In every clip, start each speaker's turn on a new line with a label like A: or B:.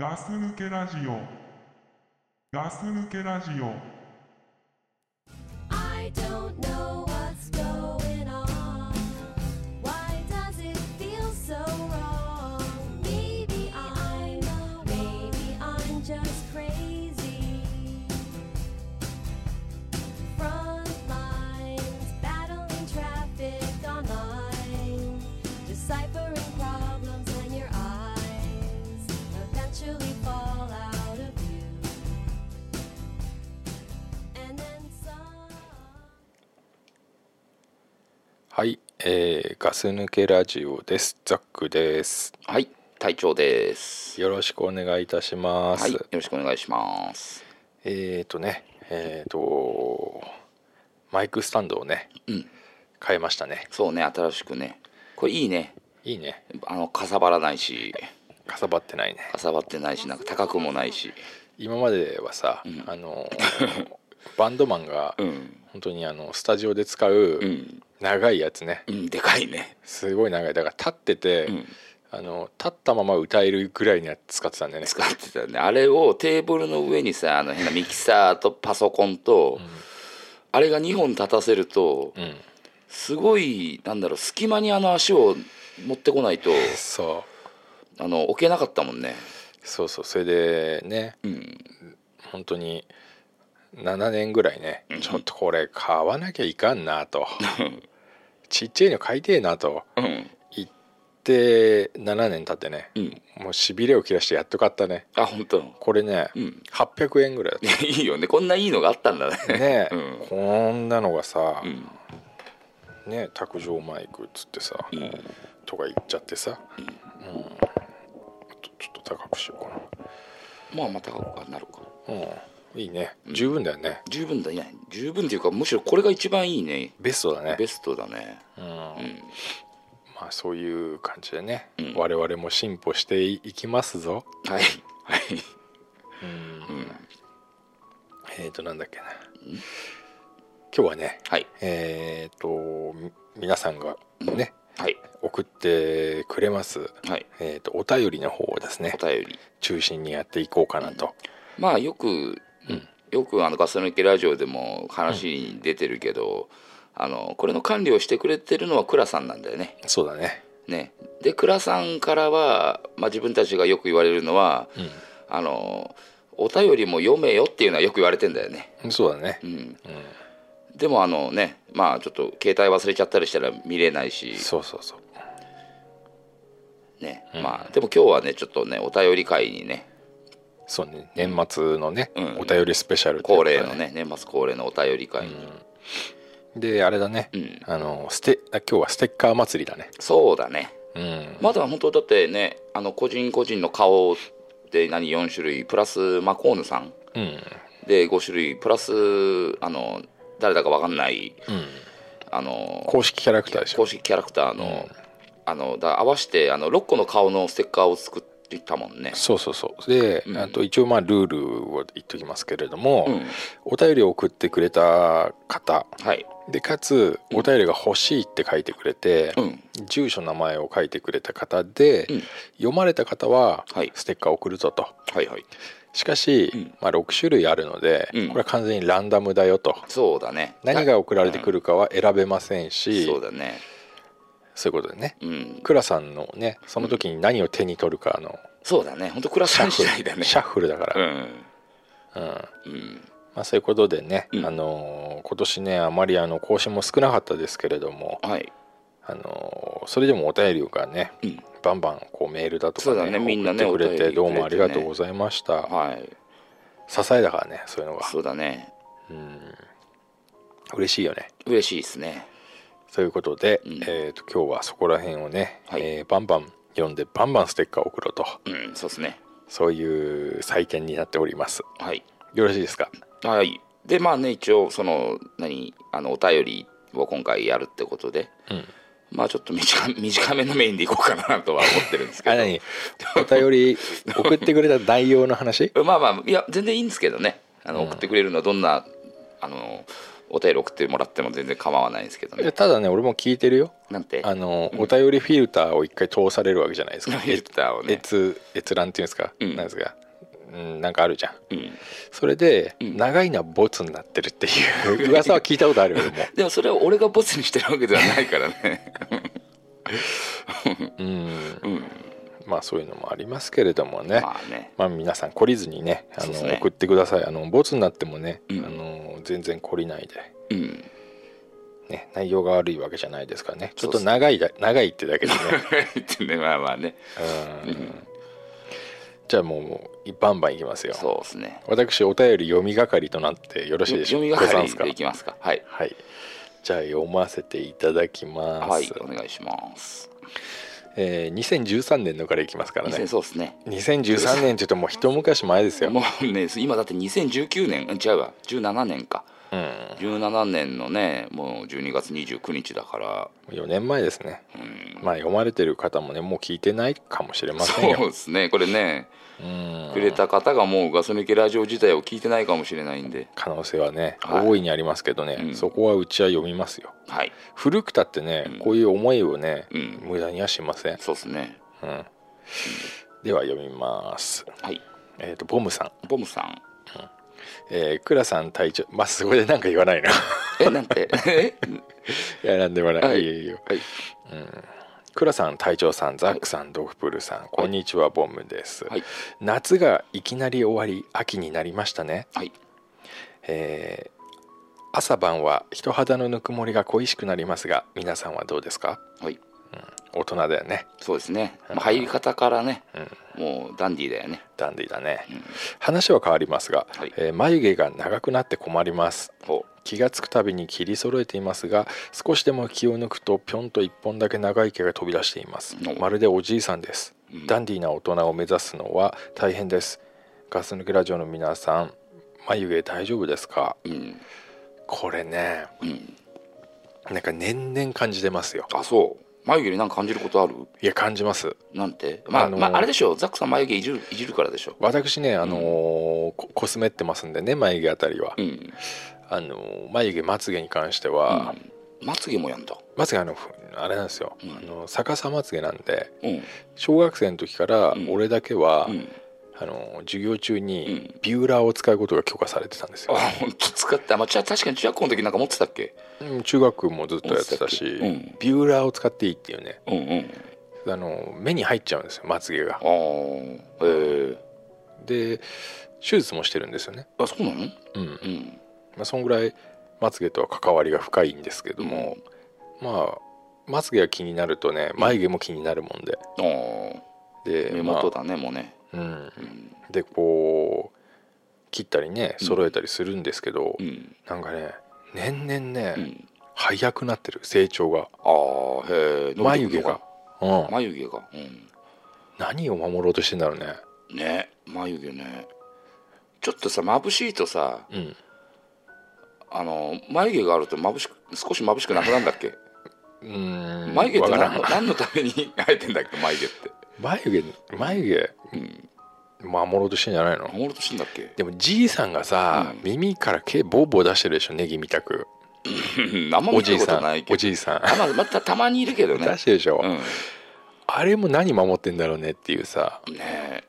A: ガス抜けラジオ。ガス抜けラジオ。
B: I don't know what's going on. Why does it feel so wrong? Maybe I'm maybe I'm just crazy. Front lines, battling traffic online, deciphering problems in your eyes, eventually fall out of view. And then some.
C: はい、えーガス抜けラジオです。ザックです。
D: はい、隊長です。
C: よろしくお願いいたします。
D: はい、よろしくお願いします。
C: えっ、とね、えっ、とマイクスタンドをね、
D: うん
C: 変えましたね。
D: そうね、新しくね。これいいね。
C: いいね。
D: あのかさばらないし、
C: かさばってないね。
D: かさばってないし、なんか高くもないし。
C: 今まではさ、
D: ん
C: あのーバンドマンが
D: うん、
C: 本当にあのスタジオで使う
D: うん、
C: 長いやつね。
D: うん、でかいね。
C: すごい長い。だから立ってて、
D: うん、
C: あの立ったまま歌えるぐらいには使ってたんだよね。
D: 使ってたよね。あれをテーブルの上にさ、あの変なミキサーとパソコンと、あれが2本立たせると、
C: うん。
D: すごいなんだろう隙間にあの足を持ってこないと、
C: そう。
D: あの置けなかったもんね。
C: そうそうそれでね
D: うん、
C: 本当に7年ぐらいね
D: うん
C: ちょっとこれ買わなきゃいかんな とちっちゃいの買いてえなと
D: うん、
C: 言って7年経ってね
D: うん。
C: もうしびれを切らしてやっと買ったね
D: あ、本当。
C: これね、
D: うん。
C: 800円ぐらいだっ
D: いいよねこんないいのがあったんだ
C: た
D: ね
C: ね、
D: うん
C: こんなのがさ、
D: うん
C: ね卓上マイクっつってさ、
D: うん
C: とか言っちゃってさ、
D: うん
C: うんちょちょっと高くしよう
D: まあまた高くなるか
C: かなうんいいね十分だよね、
D: 十分だいや十分っていうかむしろこれが一番いいね
C: ベストだね
D: ベストだね
C: うん
D: うん
C: まあそういう感じでね、
D: うん
C: 我々も進歩していきますぞ。
D: はいはい
C: うんえっ、となんだっけな。今日はね、
D: はい
C: えっ、とみ皆さんがね
D: はい
C: 送ってくれます、
D: はい
C: えー、とお便りの方をですね
D: お便り
C: 中心にやっていこうかなと。
D: まあよくよくあのガス抜けラジオでも話に出てるけどあのこれの管理をしてくれてるのは倉さんなんだよね
C: そうだね。
D: ねで倉さんからはまあ自分たちがよく言われるのはあのお便りも読めよっていうのはよく言われてんだよね
C: うん、そうだね
D: う。んでもあのねまあちょっと携帯忘れちゃったりしたら見れないし、
C: そうそうそう。
D: ねまあ、でも今日はねちょっとねお便り会にね
C: そうね年末のね、
D: うん
C: お便りスペシャルっていうこ
D: 恒
C: とで
D: 例のね年末恒例のお便り会に、
C: であれだね、
D: うん
C: あのステあ今日はステッカー祭りだね。
D: そうだね
C: うん、
D: まだ本当だってねあの個人個人の顔で何4種類プラスマコーヌさん
C: うん、
D: で5種類プラスあの誰だか分かんない、
C: ん
D: あの
C: 公式キャラクターでしょ
D: 公式キャラクターの,、あのだ合わせてあの6個の顔のステッカーを作ってたもんね
C: そうそうそうで、
D: うん
C: あと一応まあルールを言っときますけれども、
D: うん
C: お便りを送ってくれた方
D: はい
C: でかつお便りが欲しいって書いてくれて、
D: うん
C: 住所名前を書いてくれた方で、
D: うん
C: 読まれた方は
D: はい
C: ステッカーを送るぞと、
D: はいはい
C: しかし、
D: うん
C: まあ、6種類あるので、
D: うん
C: これは完全にランダムだよと
D: そうだね
C: 何が送られてくるかは選べませんし、
D: そうだね
C: そういうことでね
D: うん
C: 倉さんのねその時に何を手に取るかの
D: そうだね本当クラス
C: シャ
D: さ
C: ッ
D: ん
C: フ
D: 次
C: ル
D: 第だね
C: シャッフルだから、
D: う
C: う
D: ん
C: ん、
D: うん
C: まあ、そういうことでね、
D: うん
C: あのー今年ねあまりあの更新も少なかったですけれども、
D: はい
C: あのーそれでもお便りがね
D: うん
C: バンバンこうメールだと
D: そう
C: か
D: だねみんなね
C: 送ってくれ
D: お便
C: て
D: り
C: どうもありがとうございました、
D: はい
C: 支えだからねそういうのが
D: そうだね
C: 嬉しいよね
D: 嬉しいですね
C: ということで、
D: ん
C: えー、と今日はそこら辺をね、
D: はい
C: えーバンバン読んでバンバンステッカーを送ろうと
D: うんそうですね
C: そういう採点になっております
D: はい
C: よろしいですか
D: はいでまあね一応その何あのお便りを今回やるってことで、
C: うん
D: まあちょっと短 短めのメインでいこうかなとは思ってるんですけ
C: あ
D: ど
C: 何お便 り送ってくれた内容の話
D: まあまあいや全然いいんですけどねあの送ってくれるのはどんな、あのお便り送ってもらっても全然構わないんですけど
C: いや
D: ね
C: ただね俺も聞いてるよ
D: なんて
C: あの、お便りフィルターを一回通されるわけじゃないですか
D: フィルターをね
C: 閲閲覧っていうんですか、
D: うん
C: なんですか、うん、なんかあるじゃん
D: うん
C: それで、
D: ん
C: 長いのはボツになってるって いう噂は聞いたことあるよ俺も
D: でもそれは俺がボツにしてるわけではないからね
C: うん
D: うん
C: まあそういうのもありますけれどもね、まあ
D: まあね
C: 皆さん懲りずにねあ
D: そ
C: の
D: うですね
C: 送ってくださいあのボツになってもね、
D: うん
C: あの全然懲りないで、
D: うん
C: ね、内容が悪いわけじゃないですからねちょっ
D: そう
C: と
D: っす
C: 長いだ長いってだけでね、
D: ってねまあまあね
C: うんじゃあもうバンバンいきますよ
D: そうですね
C: 私お便り読み係となってよろしいでしょ
D: 読
C: う
D: み
C: か
D: がか
C: ざん
D: り
C: すか
D: でいきますかはい
C: はいじゃあ読ませていただきます、
D: はいお願いします
C: えー2013年のからいきますからね
D: 2000そうですね
C: 2013年っていうともう一昔前ですよ、
D: もうね今だって2019年うん違うわ17年か
C: うん、
D: 17年のねもう12月29日だから
C: 4年前ですね
D: うん
C: まあ読まれてる方もねもう聞いてないかもしれません
D: そう
C: よ
D: ですねこれね
C: うん
D: くれた方がもうガス抜けラジオ自体を聞いてないかもしれないんで
C: 可能性はね、
D: はい
C: 大いにありますけどね、
D: うん
C: そこはうちは読みますよ
D: はい
C: 古くたってね、
D: うん
C: こういう思いをね、
D: うん
C: 無駄にはしません、
D: そうですね
C: うん、では読みます
D: はい
C: えっ、とボムさん
D: ボムさん
C: えー、クラさん隊長まあそこでなんか言わないの
D: えなん てえ
C: いやなんでもない、、
D: はいい
C: いよいいよ
D: はい
C: クラさん隊長さんザックさん、ドフプルさんこんにちはボムです、
D: はい
C: 夏がいきなり終わり秋になりましたね
D: はい
C: えー朝晩は人肌のぬくもりが恋しくなりますが皆さんはどうですか
D: はい
C: 大人だよね
D: そうですね、まあ、入り方からね、もうダンディーだよね
C: ダンディだね、話は変わりますが、
D: はい
C: えー眉毛が長くなって困ります
D: ほ
C: 気がつくたびに切り揃えていますが少しでも気を抜くとぴょんと一本だけ長い毛が飛び出しています
D: うん
C: まるでおじいさんです、
D: うん
C: ダンディーな大人を目指すのは大変ですガス抜けラジオの皆さん眉毛大丈夫ですか
D: ううん
C: これね
D: うん
C: なんか年々感じてますよ
D: あそう眉毛になんか感じることある
C: いや感じます
D: なんてまあ、
C: あのー
D: まあ、あれでしょザックさん眉毛いじるいじるからでしょ
C: 私ねあのーこコスメってますんでね眉毛あたりは、
D: うん
C: あのー眉毛まつげに関しては、
D: まつげもやんだ
C: まつげあのふあれなんですよ、
D: うん
C: あの逆さまつげなんで
D: うん
C: 小学生の時から
D: うん
C: 俺だけは、
D: うん
C: あの授業中に
D: うん
C: ビューラーを使うことが許可されてたんです
D: あ
C: よ、
D: 本当使った、まあ、じゃあ確かに中学校の時なんか持ってたっけ
C: うん中学もずっとやってたし、
D: うん
C: ビューラーを使っていいっていうね
D: うんうん
C: あの目に入っちゃうんですよまつげが
D: ああえー、
C: で手術もしてるんですよね
D: あそうなの
C: うん、
D: うん
C: まあ、そんぐらいまつげとは関わりが深いんですけども、まあまつげが気になるとね眉毛も気になるもんで、
D: あー
C: で
D: 目元だねもうね
C: まあうん
D: うん
C: でこう切ったりね揃えたりするんですけど、
D: うん
C: なんかね年々ね、
D: うん
C: 早くなってる成長が
D: ああへえ
C: 眉毛が、うん、
D: 眉毛がうん
C: 何を守ろうとしてんだろうね、
D: ね眉毛ねちょっとさ眩しいとさ
C: うん、
D: あの眉毛があると眩しく少し眩しくなくなるんだっけ
C: うーん
D: 眉毛っ
C: わ
D: て
C: から
D: 何
C: ん
D: の何のために 生えてんだっけ眉毛って
C: 眉毛眉
D: うん
C: 毛守ろうとしてんじゃないの
D: 守ろうとしてんだっけ
C: でもじいさんがさ、
D: うん
C: 耳から毛ボーボー出してるでしょネギみたく
D: うんあんま
C: お
D: 見
C: じ
D: た
C: い
D: こ
C: さ
D: とない
C: ん
D: けど
C: おじいさん
D: あまあまたたまにいるけどね
C: 出してるでしょ、
D: うん
C: あれも何守ってんだろうねっていうさ
D: ね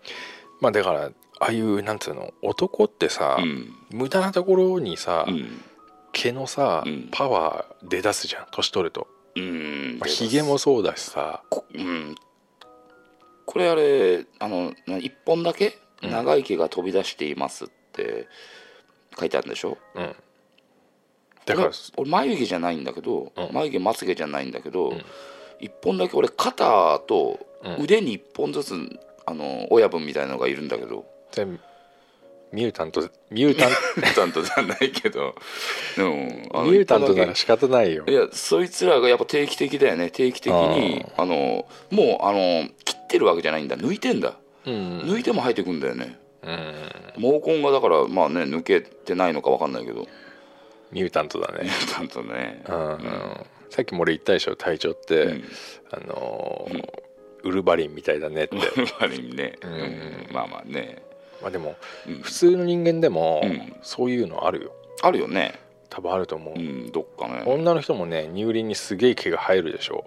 C: まあだからああいうなんつうの男ってさ、
D: うん
C: 無駄なところにさ、
D: うん
C: 毛のさ、
D: うん
C: パワー出だすじゃん年取ると
D: うん
C: まあひげもそうだしさ
D: こうんこれあれあのな一本だけ
C: うん
D: 長い毛が飛び出していますって書いてあるんでしょ
C: うんだから
D: 俺俺眉毛じゃないんだけど、
C: うん
D: 眉毛まつげじゃないんだけど、
C: ん
D: 一本だけ俺肩と
C: うん
D: 腕に一本ずつ、あの親分みたいなのがいるんだけ ど
C: 全部ミュータントミュータン
D: ちゃんとじゃないけどでも あの
C: ミュータント
D: 一本だ
C: な
D: け
C: ら仕方ないよ
D: いやそいつらがやっぱ定期的だよね定期的にあのもうあの切ってるわけじゃないんだ抜いてんだ
C: うん
D: 抜いても生えてくんだよね
C: うん
D: 毛根がだからまあね抜けてないのか分かんないけど
C: ミュータントだ ね
D: ちゃんとね
C: うんさっきも俺言ったでしょ隊長って、
D: うん
C: あのーウルヴァリンみたいだねって
D: ある意味ね、
C: ん
D: うんまあまあね
C: まあでも
D: うん
C: 普通の人間でも
D: うん
C: そういうのあるよ
D: あるよね
C: 多分あると思う、
D: うんどっかね
C: 女の人もね乳輪にすげえ毛が生えるでしょ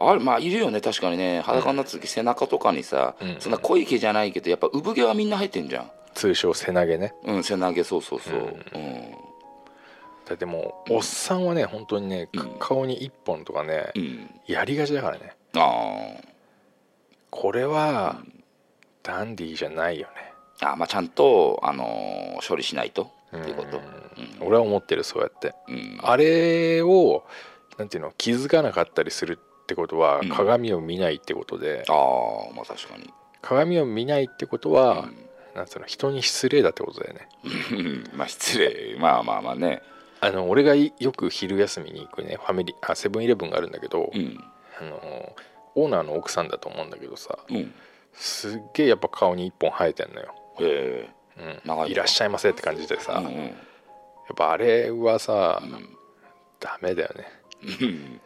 D: あああれまあいるよね確かにね裸になった時背中とかにさ、
C: うん
D: そんな濃い毛じゃないけどやっぱ産毛はみんな入ってんじゃん
C: 通称背投げね
D: うん背投げそうそうそう、うん
C: だってもうおっさんはね本当にね、
D: うん
C: 顔に一本とかね、
D: うん、
C: やりがちだからね
D: あー
C: これは、ダンディーじゃないよ
D: あーまあちゃんと、あのー処理しないと
C: ね
D: っていうこと
C: うん俺は思ってるそうやって
D: うん
C: あれをなんていうの気づかなかったりするってことは、
D: うん
C: 鏡を見ないってことで
D: あーまあ確かに
C: 鏡を見ないってことは、
D: う
C: なんつうの人に失礼だってことだよね
D: うん まあ失礼まあまあまあね
C: あの俺がいよく昼休みに行くねファミリーあセブンイレブンがあるんだけど、
D: うん
C: あのオーナーの奥さんだと思うんだけどさ
D: うんへ
C: すっげえやっぱ顔に一本生えてんのよ、
D: え
C: うん
D: 長いのか
C: いらっしゃいませって感じでさ、
D: うんう
C: やっ
D: ん
C: ぱあれはさ、ダメだよね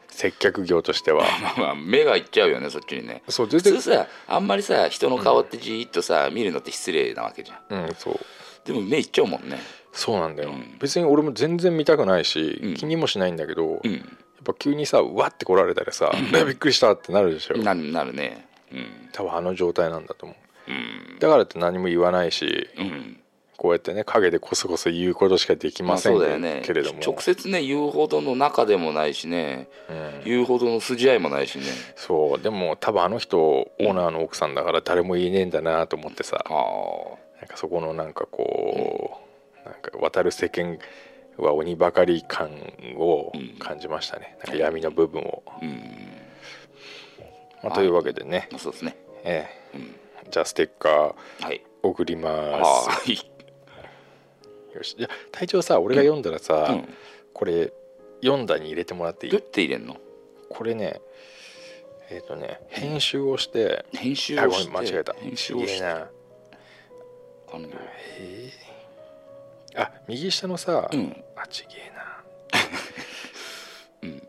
C: 接客業としては
D: まあまあ目がいっちゃうよねそっちにね
C: そう
D: 普
C: 出て
D: 通さあんまりさ人の顔ってじーっとさ、見るのって失礼なわけじゃん
C: うんそう
D: でも目いっちゃうもんね
C: そうなんだよ、
D: うん
C: 別に俺も全然見たくないし、
D: うん
C: 気にもしないんだけど、
D: う
C: やっ
D: ん
C: ぱ急にさうわって来られたらさ「 えびっくりした」ってなるでしょ
D: なるなるねうん
C: 多分あの状態なんだと思う
D: うん
C: だからって何も言わないし
D: うん
C: こうやってね陰でこそこそ言うことしかでき
D: ま
C: ま
D: あ
C: せ
D: そ
C: ん
D: うだよね
C: けれども、
D: 直接ね言うほどの仲でもないしね
C: うん
D: 言うほどの筋合いもないしね
C: そうでも多分あの人オーナーの奥さんだから誰も言えねえんだなと思ってさ
D: ああ
C: なんかそこのなんかこう、なんか渡る世間は鬼ばかり感を感じましたね、なんか闇の部分を、
D: うん
C: まあ、というわけでね、
D: そうですね
C: え
D: うん
C: えじゃあステッカー
D: はい
C: 送ります
D: はい
C: よしじゃあ隊長さ俺が読んだらさ、
D: うんど
C: これ読んだに入れてもらっていう
D: や
C: い
D: って入れんの
C: これねえっ、とね編集をして、
D: 編集
C: あ
D: を
C: ごめ
D: して
C: ん間違えた
D: 編集をし
C: いい
D: て
C: な
D: 完了
C: えーあ右下のさ、
D: うん
C: あちげえな
D: うん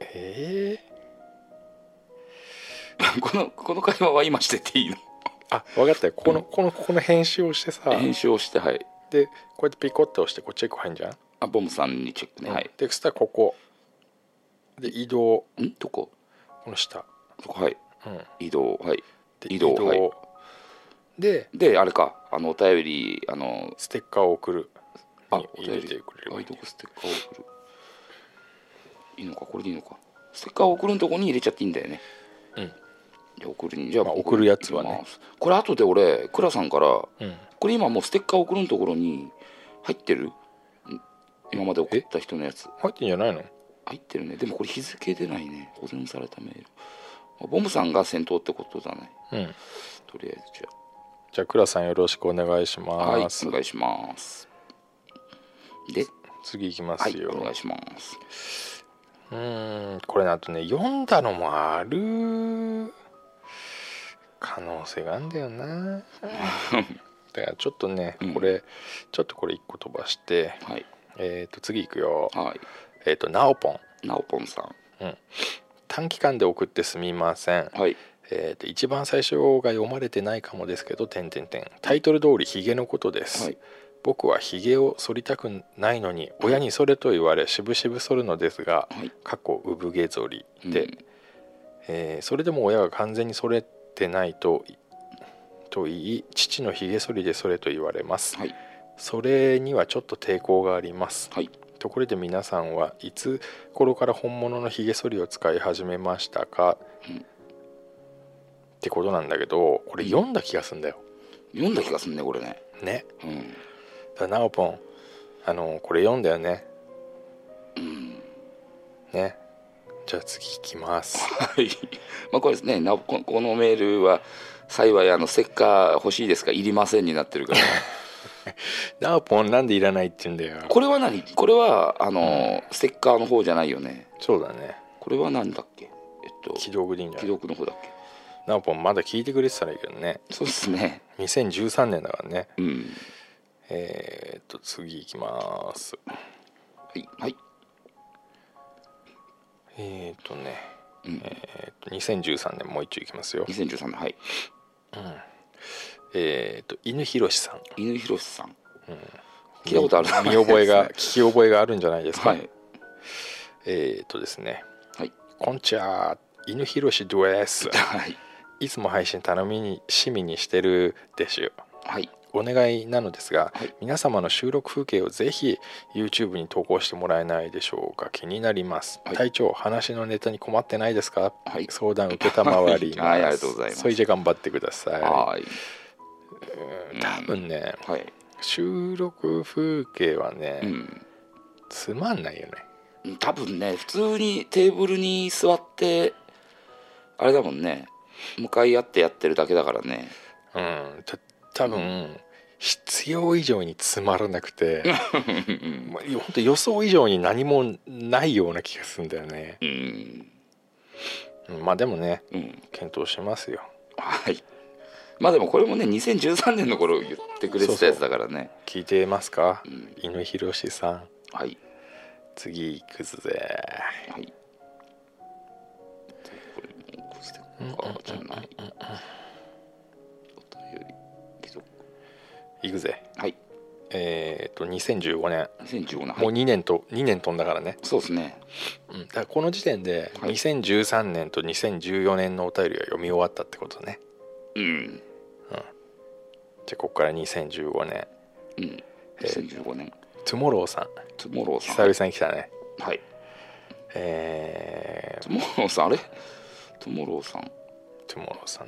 C: ええ
D: このこの会話は今してていい
C: あ分かったよここの、このここの編集をしてさ
D: の編集をしてはい
C: でこうやってピコッと押してこうチェック入んじゃん、
D: あボムさんにチェックねはい
C: でそしたらここで移動
D: んどこ
C: この下、
D: どこはい
C: うん、
D: 移動はい
C: で
D: 移動はい
C: で
D: であれかあのお便りあの
C: ステッカーを送る
D: あ
C: に
D: お
C: 入れ
D: 便
C: て
D: り
C: くれれば
D: ア
C: いい
D: イドルステッカーを送るいいのかこれでいいのかステッカーを送るんとこに入れちゃっていいんだよね
C: うん
D: じゃあ送るにじゃあ、
C: まあ
D: 僕
C: 送るやつはね
D: 入れますこれ後で俺倉さんから
C: うん
D: これ今もうステッカー送るんところに入ってるん今まで送った人のやつ
C: 入ってんじゃないの
D: 入ってるねでもこれ日付出ないね保存されたメールあボムさんが先頭ってことだね
C: うん
D: とりあえずじゃ
C: じゃあ倉さんよろしくお願いし
D: あはい
C: ます、
D: お願いしますで
C: 次行きま
D: は
C: す
D: い
C: よ、
D: お願いします
C: うーんこれねあとね読んだのもある可能性があるんだよ なだからちょっとね
D: うん
C: これ、ちょっとこれ一個飛ばして
D: はい
C: えっ、と次行くよ
D: はい
C: えっ、となおぽん
D: なおぽんさん
C: 短期間で送ってすみません
D: はい
C: えー、と一番最初が読まれてないかもですけど点点点タイトル通りヒゲのことです、
D: はい
C: 僕はヒゲを剃りたくないのに親に剃れと言われしぶしぶ剃るのですが、
D: はい
C: 過去産毛剃りで、
D: うん
C: えーそれでも親が完全に剃れてないとと言い父のヒゲ剃りで剃れと言われます、
D: はい
C: それにはちょっと抵抗があります
D: はい
C: ところで皆さんはいつ頃から本物のヒゲ剃りを使い始めましたか、
D: うん
C: ってことなんだけどこれ読んだ気がすんだよ
D: 読んだ気がすんねこれね
C: ね
D: うん
C: だからなおぽんあのこれ読んだよねねじゃあ次いきます
D: はい まあこれですねなおここのメールは幸いあのステッカー欲しいですかいりませんになってるから
C: なおぽんなんでいらないって言うんだよ
D: これは何これはあの、ステッカーの方じゃないよね
C: そうだね
D: これは何だっけえっと
C: 既読でいいんじゃ
D: 既
C: ない
D: 読の方だっけ
C: なおぽんまだ聞いてくれてたらいいけどね
D: そうですね
C: 2013年だからね
D: うん
C: えー、っと次いきます
D: はいはい
C: えー、っとね
D: うん
C: えーっと2013年もう一丁いきますよ
D: 2013年はい
C: えー、っと犬ひろしさん
D: 犬ひろしさん聞いたことある名前
C: 見覚え が聞き覚えがあるんじゃないです か、
D: はい
C: えっ、ー、とですね
D: はい
C: 「こんちゃー犬ひろしドゥエ ス
D: はい
C: いつも配信頼みにしみにしてるでしゅ
D: はい
C: お願いなのですが、
D: はい
C: 皆様の収録風景をぜひ YouTube に投稿してもらえないでしょうか気になります、
D: はい
C: 隊長話のネタに困ってないですか、
D: はい
C: 相談受けたまわります、
D: はいありがとうございます
C: それじゃ頑張ってください
D: はい
C: 多分ね
D: はい
C: 収録風景はね、
D: うん
C: つまんないよね
D: 多分ね普通にテーブルに座ってあれだもんね向かい合ってやってるだけだからね
C: うんた多分、必要以上につまらなくて まあ本当予想以上に何もないような気がするんだよね
D: うん
C: うんまあでもね
D: うん
C: 検討しますよ
D: はいまあでもこれもね2013年の頃言ってくれてたやつだからね
C: 聞いてますか、
D: ん
C: 犬ひろしさん
D: はい
C: 次行くぜ
D: はいこれもうこうしてあじゃないお便り既読
C: 行くぜ
D: はい
C: えっ、と2015年
D: 2015年
C: も
D: は
C: う
D: い
C: 2年と2年飛んだからね、
D: そうですね
C: うん、だからこの時点で
D: はい
C: 2013年と2014年のお便りが読み終わったってことね
D: うん
C: じゃあここから2015年
D: うん2015年
C: トゥモローさん
D: トゥモローさ
C: 久
D: ん
C: 々に来たね
D: はい
C: え
D: トゥモローさんあれトゥモローさん
C: ー、トゥモローさん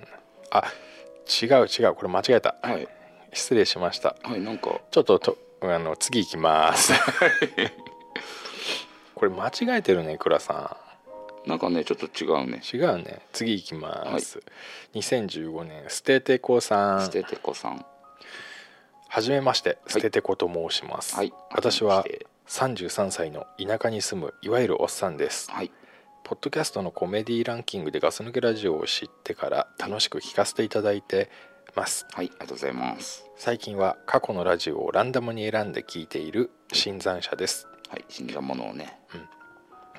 C: あ違う違うこれ間違えた
D: はい
C: 失礼しました
D: はいなんか
C: ちょっととあの次行きます これ間違えてるね倉さ
D: なんかねちょっと違うね
C: ん違うね次行きます、2015年ステテコさ
D: ス
C: ん
D: テテコさん
C: はじめましてステテコと申します、
D: はい
C: 私は
D: はじめ
C: 33歳の田舎に住むいわゆるおっさんです
D: はい
C: ポッドキャストのコメディランキングでガス抜けラジオを知ってから楽しく聞かせていただいてます
D: はいありがとうございます
C: 最近は過去のラジオをランダムに選んで聞いている新参者です
D: はい死んだものをね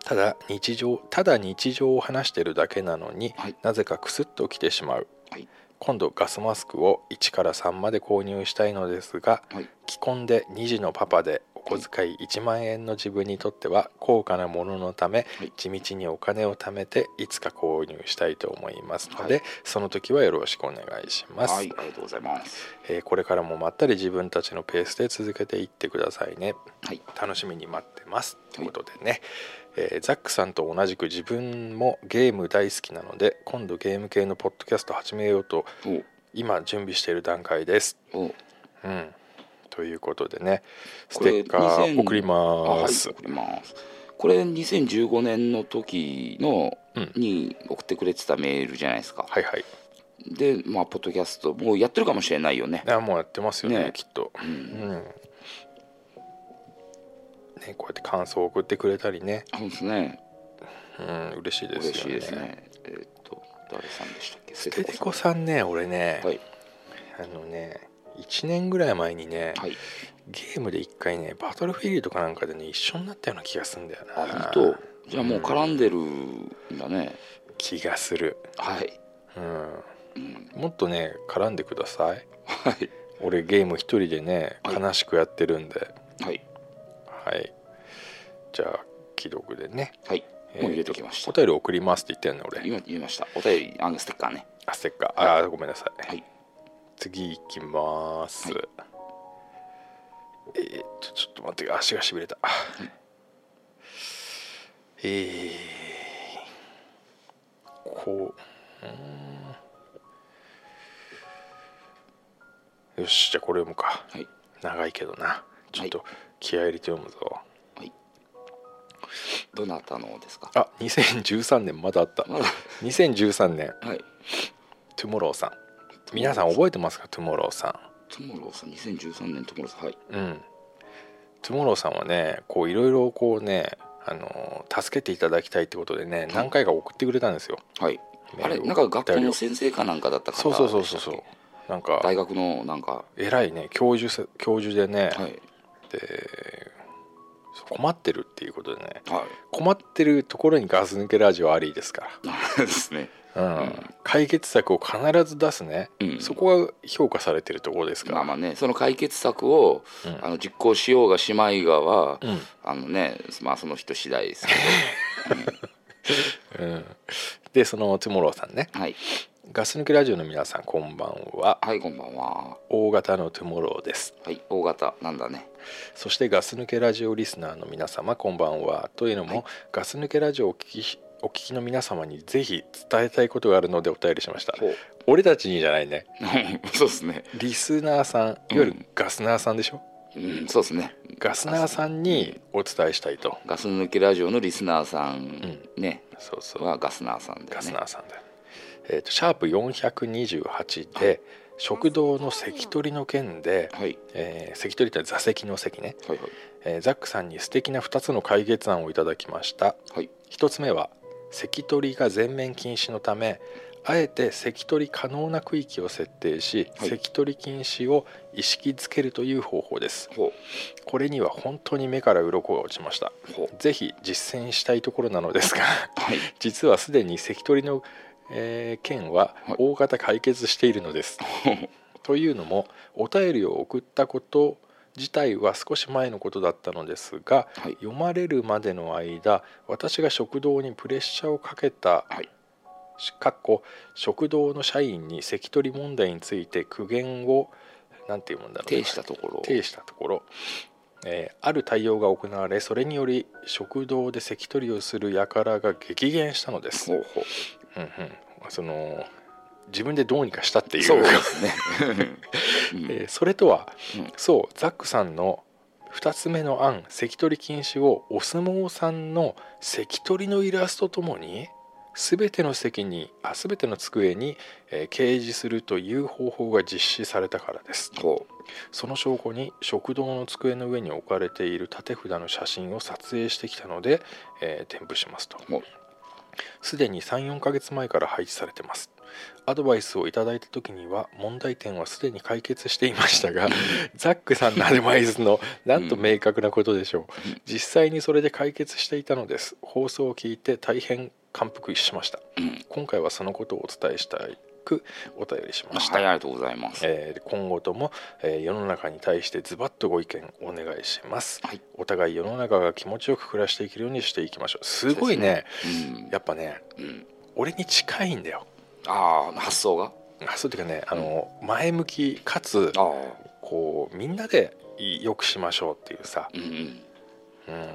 C: ただ日常ただ日常を話してるだけなのに、
D: はい
C: なぜかクスッときてしまう
D: はい
C: 今度ガスマスクを1から3まで購入したいのですが
D: はい
C: 既婚で2児のパパでお小遣い1万円の自分にとっては高価なもののため、
D: はい
C: 地道にお金を貯めていつか購入したいと思いますので、
D: は
C: その時はよろしくお願いします、
D: はいありがとうございます
C: えーこれからもまったり自分たちのペースで続けていってくださいね
D: はい
C: 楽しみに待ってますということでね、えーザックさんと同じく自分もゲーム大好きなので今度ゲーム系のポッドキャスト始めようと今準備している段階です。
D: おお
C: うん、ということでねス
D: こ
C: テ
D: れ
C: ッカー
D: 2000
C: 送りま
D: はい
C: す、
D: 送りますこれ2015年の時の、
C: うん
D: に送ってくれてたメールじゃないですか、
C: はいはい
D: でまあポッドキャストもうやってるかもしれないよね
C: あもうやってますよね
D: ね
C: きっと、
D: う
C: うん
D: ん
C: ね、こうやって感想を送ってくれたりね、
D: そうですね
C: うん、嬉しいですよね
D: 嬉しいですねえーっ、と誰さんでしたっけス
C: テテコさんね俺ね、
D: はい
C: あのね1年ぐらい前にね、
D: はい
C: ゲームで一回ねバトルフィールドかなんかでね一緒になったような気がするんだよな
D: あ本当じゃあもう絡んでるんだね、
C: 気がする
D: はい、
C: うん
D: うん、
C: もっとね絡んでください
D: はい
C: 俺ゲーム一人でね
D: はい
C: 悲しくやってるんで
D: はい
C: はい、じゃあ既読でね
D: はいもう入れてきまし
C: お
D: た、
C: 便り送りますって言ったよね俺
D: 今言いましたお便りあのステッカーね
C: あせっかあーごめんなさい、
D: はい
C: 次行きます、
D: はい
C: えーっとちょっと待って足がしびれた、えー、こううーんよしじゃあこれ読むか
D: はい
C: 長いけどなちょっと気合い入れて読むぞ、
D: はいどなたのですか
C: あ2013年まだあった
D: まだ
C: 2013年
D: はい
C: トゥモローさん皆さん覚えてますかトゥモローさん
D: トモローさん2013年トモローさんはい
C: うん、トゥモローさんはねこういろいろこうねあのー助けていただきたいってことでね何回か送ってくれたんですよ
D: はい
C: メー
D: あ
C: ル
D: れ
C: を
D: なんか学校の先生かなんかだった方
C: そうそうそうそうそうなんか
D: 大学のなんか
C: 偉いね教授せ教授でね、
D: はい
C: でそう困ってるっていうことでね
D: は
C: 困ってるところにガス抜けラジオありですから
D: い ですね
C: うん
D: うん
C: 解決策を必ず出すね、
D: うん
C: そこが評価されてるところですから、
D: まあまあねその解決策を、
C: うん
D: あの実行しようがしまいがは、
C: うん
D: あのねまあその人次第ですけ
C: うんでそのトゥモローさんね
D: どはい
C: ガス抜きラジオの皆さんこんばんは
D: はいこんばんは
C: 大型のトゥモローです
D: はい大型なんだね
C: そしてガス抜けラジオリスナーの皆様こんばんはというのも、
D: はい
C: ガス抜けラジオをお聞きしお聞きの皆様にぜひ伝えたいことがあるのでお便りしました
D: ほう
C: 俺たちにじゃないね
D: そうですね
C: リスナーさんいわゆるガスナーさんでしょ、
D: うんそうですね
C: ガスナーさんにお伝えしたいと、
D: ガス抜けラジオのリスナーさん
C: ん、
D: ね
C: そうそう
D: はガスナーさんだよ
C: ガス
D: ね
C: ナーさんだ、えーとシャープ428で、食堂の関取の件で、
D: はい
C: えー関取って座席の席ね、
D: はいはい
C: えーザックさんに素敵な2つの解決案をいただきました
D: はい
C: 1つ目は関取が全面禁止のためあえて関取可能な区域を設定し、
D: はい
C: 関取禁止を意識づけるという方法です
D: ほ
C: これには本当に目から鱗が落ちました
D: うほう
C: ぜひ実践したいところなのですが
D: はい
C: 実はすでに関取の、えー件は
D: はい
C: 大方解決しているの です、というのもお便りを送ったこと自体は少し前のことだったのですが
D: はい
C: 読まれるまでの間私が食堂にプレッシャーをかけた
D: はい
C: しかっこ食堂の社員に関取問題について苦言をなんていうもんだろうな
D: 呈したところ
C: 呈したところ、えーある対応が行われそれにより食堂で関取をする輩が激減したのです、
D: ほうほう
C: うんうんその自分でどうにかしたっていう
D: そうですね
C: えーそれとは、
D: うん
C: そうザックさんの2つ目の案関取禁止をお相撲さんの関取のイラストともに全ての席にあ全ての机に、えー掲示するという方法が実施されたからです
D: ほ
C: その証拠に食堂の机の上に置かれている縦札の写真を撮影してきたので、えー添付しますと
D: ほう
C: すでに34ヶ月前から配置されてますアドバイスをいただいた時には問題点はすでに解決していました がザックさんのアドバイスのなんと明確なことでしょう実際にそれで解決していたのです放送を聞いて大変感服しました
D: ううん
C: 今回はそのことをお伝えしたくお便りしました
D: はいありがとうございます
C: えー今後とも、えー世の中に対してズバッとご意見お願いします、
D: はい
C: お互い世の中が気持ちよく暮らしていけるようにしていきましょうすごいね
D: うん
C: やっぱね
D: うん
C: 俺に近いんだよ
D: ああ発想が
C: あそうっていうかねあの、前向きかつ
D: ああ
C: こうみんなでい良くしましょうっていうさ、
D: うんうん
C: うん、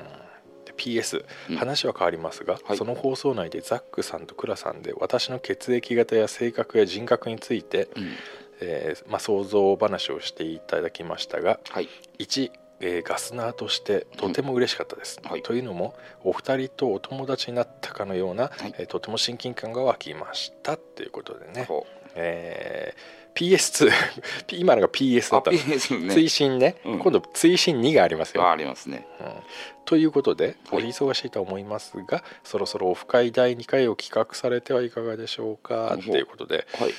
C: で PS
D: うん
C: 話は変わりますが、
D: はい
C: その放送内でザックさんとクラさんで私の血液型や性格や人格について、
D: うん
C: えーまあ、想像話をしていただきましたが
D: はい
C: 1、えーガスナーとしてとても嬉しかったです、
D: はい
C: というのもお二人とお友達になったかのような、
D: はい
C: えーとても親近感が湧きましたっていうことでね、
D: ほ
C: えー PS2 P- 今のが PS
D: う
C: だ
D: あ
C: った
D: P ですね
C: 追伸ね、
D: うん
C: 今度追伸2があります
D: あ
C: よ、
D: ありますね
C: うんということでお
D: はい
C: 忙しいとは思いますがそろそろオフ会第2回を企画されてはいかがでしょうか
D: うん
C: っていうことで
D: はい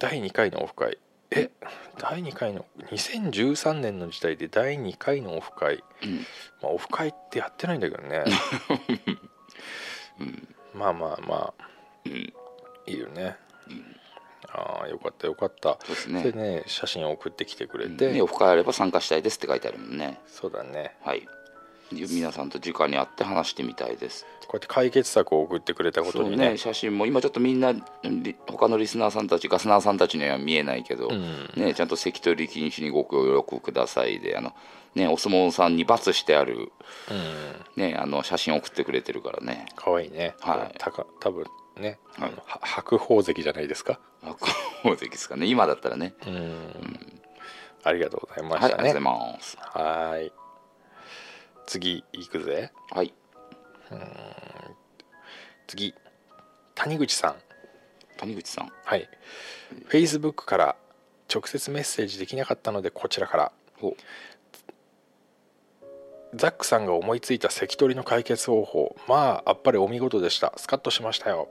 C: 第2回のオフ会え第2回の2013年の時代で第2回のオフ会、
D: うん
C: まあ、オフ会ってやってないんだけどね、 まあまあまあ
D: うん
C: いいよね、ああよかったよかった
D: そうです
C: で
D: ね
C: ね写真を送ってきてくれて、
D: でオフ会あれば参加したいですって書いてあるもんね
C: そうだね
D: はい皆さんと直に会って話してみたいです
C: こうやって解決策を送ってくれたこと
D: そう
C: に
D: ね
C: ね
D: 写真も今ちょっとみんなリ他のリスナーさんたちガスナーさんたちには見えないけど、
C: ん
D: ね、ちゃんと関取禁止にご協力くださいであの、ね、お相撲さんに罰してある、
C: うん
D: ね、あの写真送ってくれてるからね
C: 可愛いね、
D: はい
C: たか多分ね、
D: は
C: あ
D: い
C: のは白鵬関じゃないですか
D: 大関ですかね今だったらね
C: うん、ありがとうございま
D: はい
C: した
D: あり
C: ね
D: がとうございます
C: はーい次行くぜ
D: はい
C: 次谷口さん
D: 谷口さん
C: はい、Facebook から直接メッセージできなかったのでこちらから
D: ほ
C: ザックさんが思いついた関取の解決方法まああっぱれお見事でしたスカッとしましたよ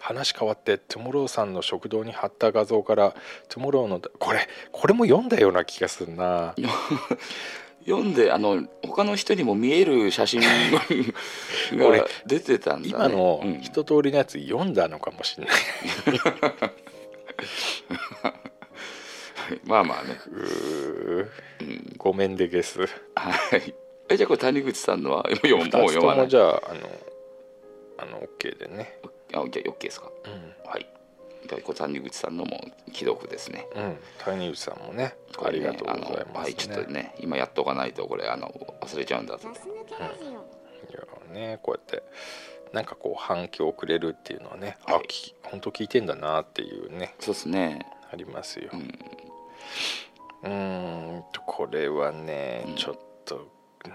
C: 話変わってトゥモローさんの食堂に貼った画像からトゥモローのこれこれも読んだような気がするな
D: 読んであの他の人にも見える写真が
C: 俺
D: 出てたんだ、ね、
C: 今の
D: うん
C: 一通りのやつ読んだのかも しれない、
D: まあまあね
C: うーごめんでゲス
D: はいえじゃあこれ谷口さんのはもう読む
C: 2
D: もう
C: つ
D: 読
C: と
D: まな
C: も
D: い
C: じゃああのあの OK でね
D: あオッケーオッケーですか
C: うん
D: はいじゃあこれ谷口さんのも既読ですね
C: うん、谷口さんもね
D: こ
C: あ
D: れ
C: り
D: ね
C: がとうございます、
D: あ
C: ね
D: のはいちょっとね今やっとかないとこれあの忘れちゃうんだと
C: いやねこうやってなんかこう反響をくれるっていうのはね、
D: はい
C: あき本当聞いてんだなっていうね
D: そうですね
C: ありますよ
D: うん
C: うーんとこれはね、
D: うん
C: ちょっとうん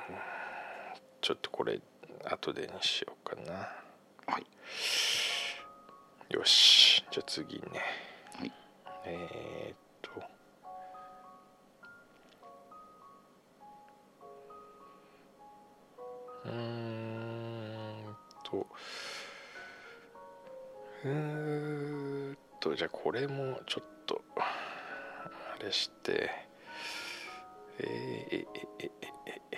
C: ちょっとこれ後でにしようかな
D: はい
C: よしじゃあ次ね、
D: はい
C: えーっとうーんとうーんとじゃあこれもちょっとあれしてえー、ええええええ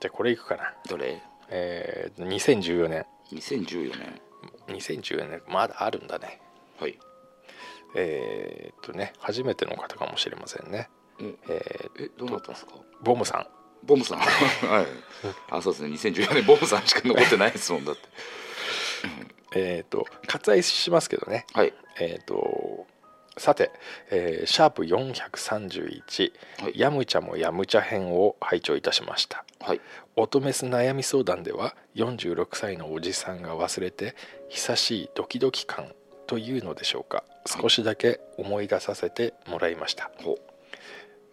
C: じゃあこれいくかな
D: どれ
C: えー、2014年
D: 2014年
C: 2014年まだあるんだね
D: はい
C: えー、っとね初めての方かもしれませんね
D: うん
C: え
D: えどうなったんですか
C: ー、ボムさん
D: ボムさん はいあそうですね2014年ボムさんしか残ってないですもんだって
C: えー、っと割愛しますけどね
D: はい
C: えー、とさて、えーシャープ431、
D: はい
C: やむちゃもやむちゃ編を拝聴いたしました
D: はい
C: 乙女ス悩み相談では46歳のおじさんが忘れて久しいドキドキ感というのでしょうか
D: い
C: 少しだけ思い出させてもらいました、
D: ほ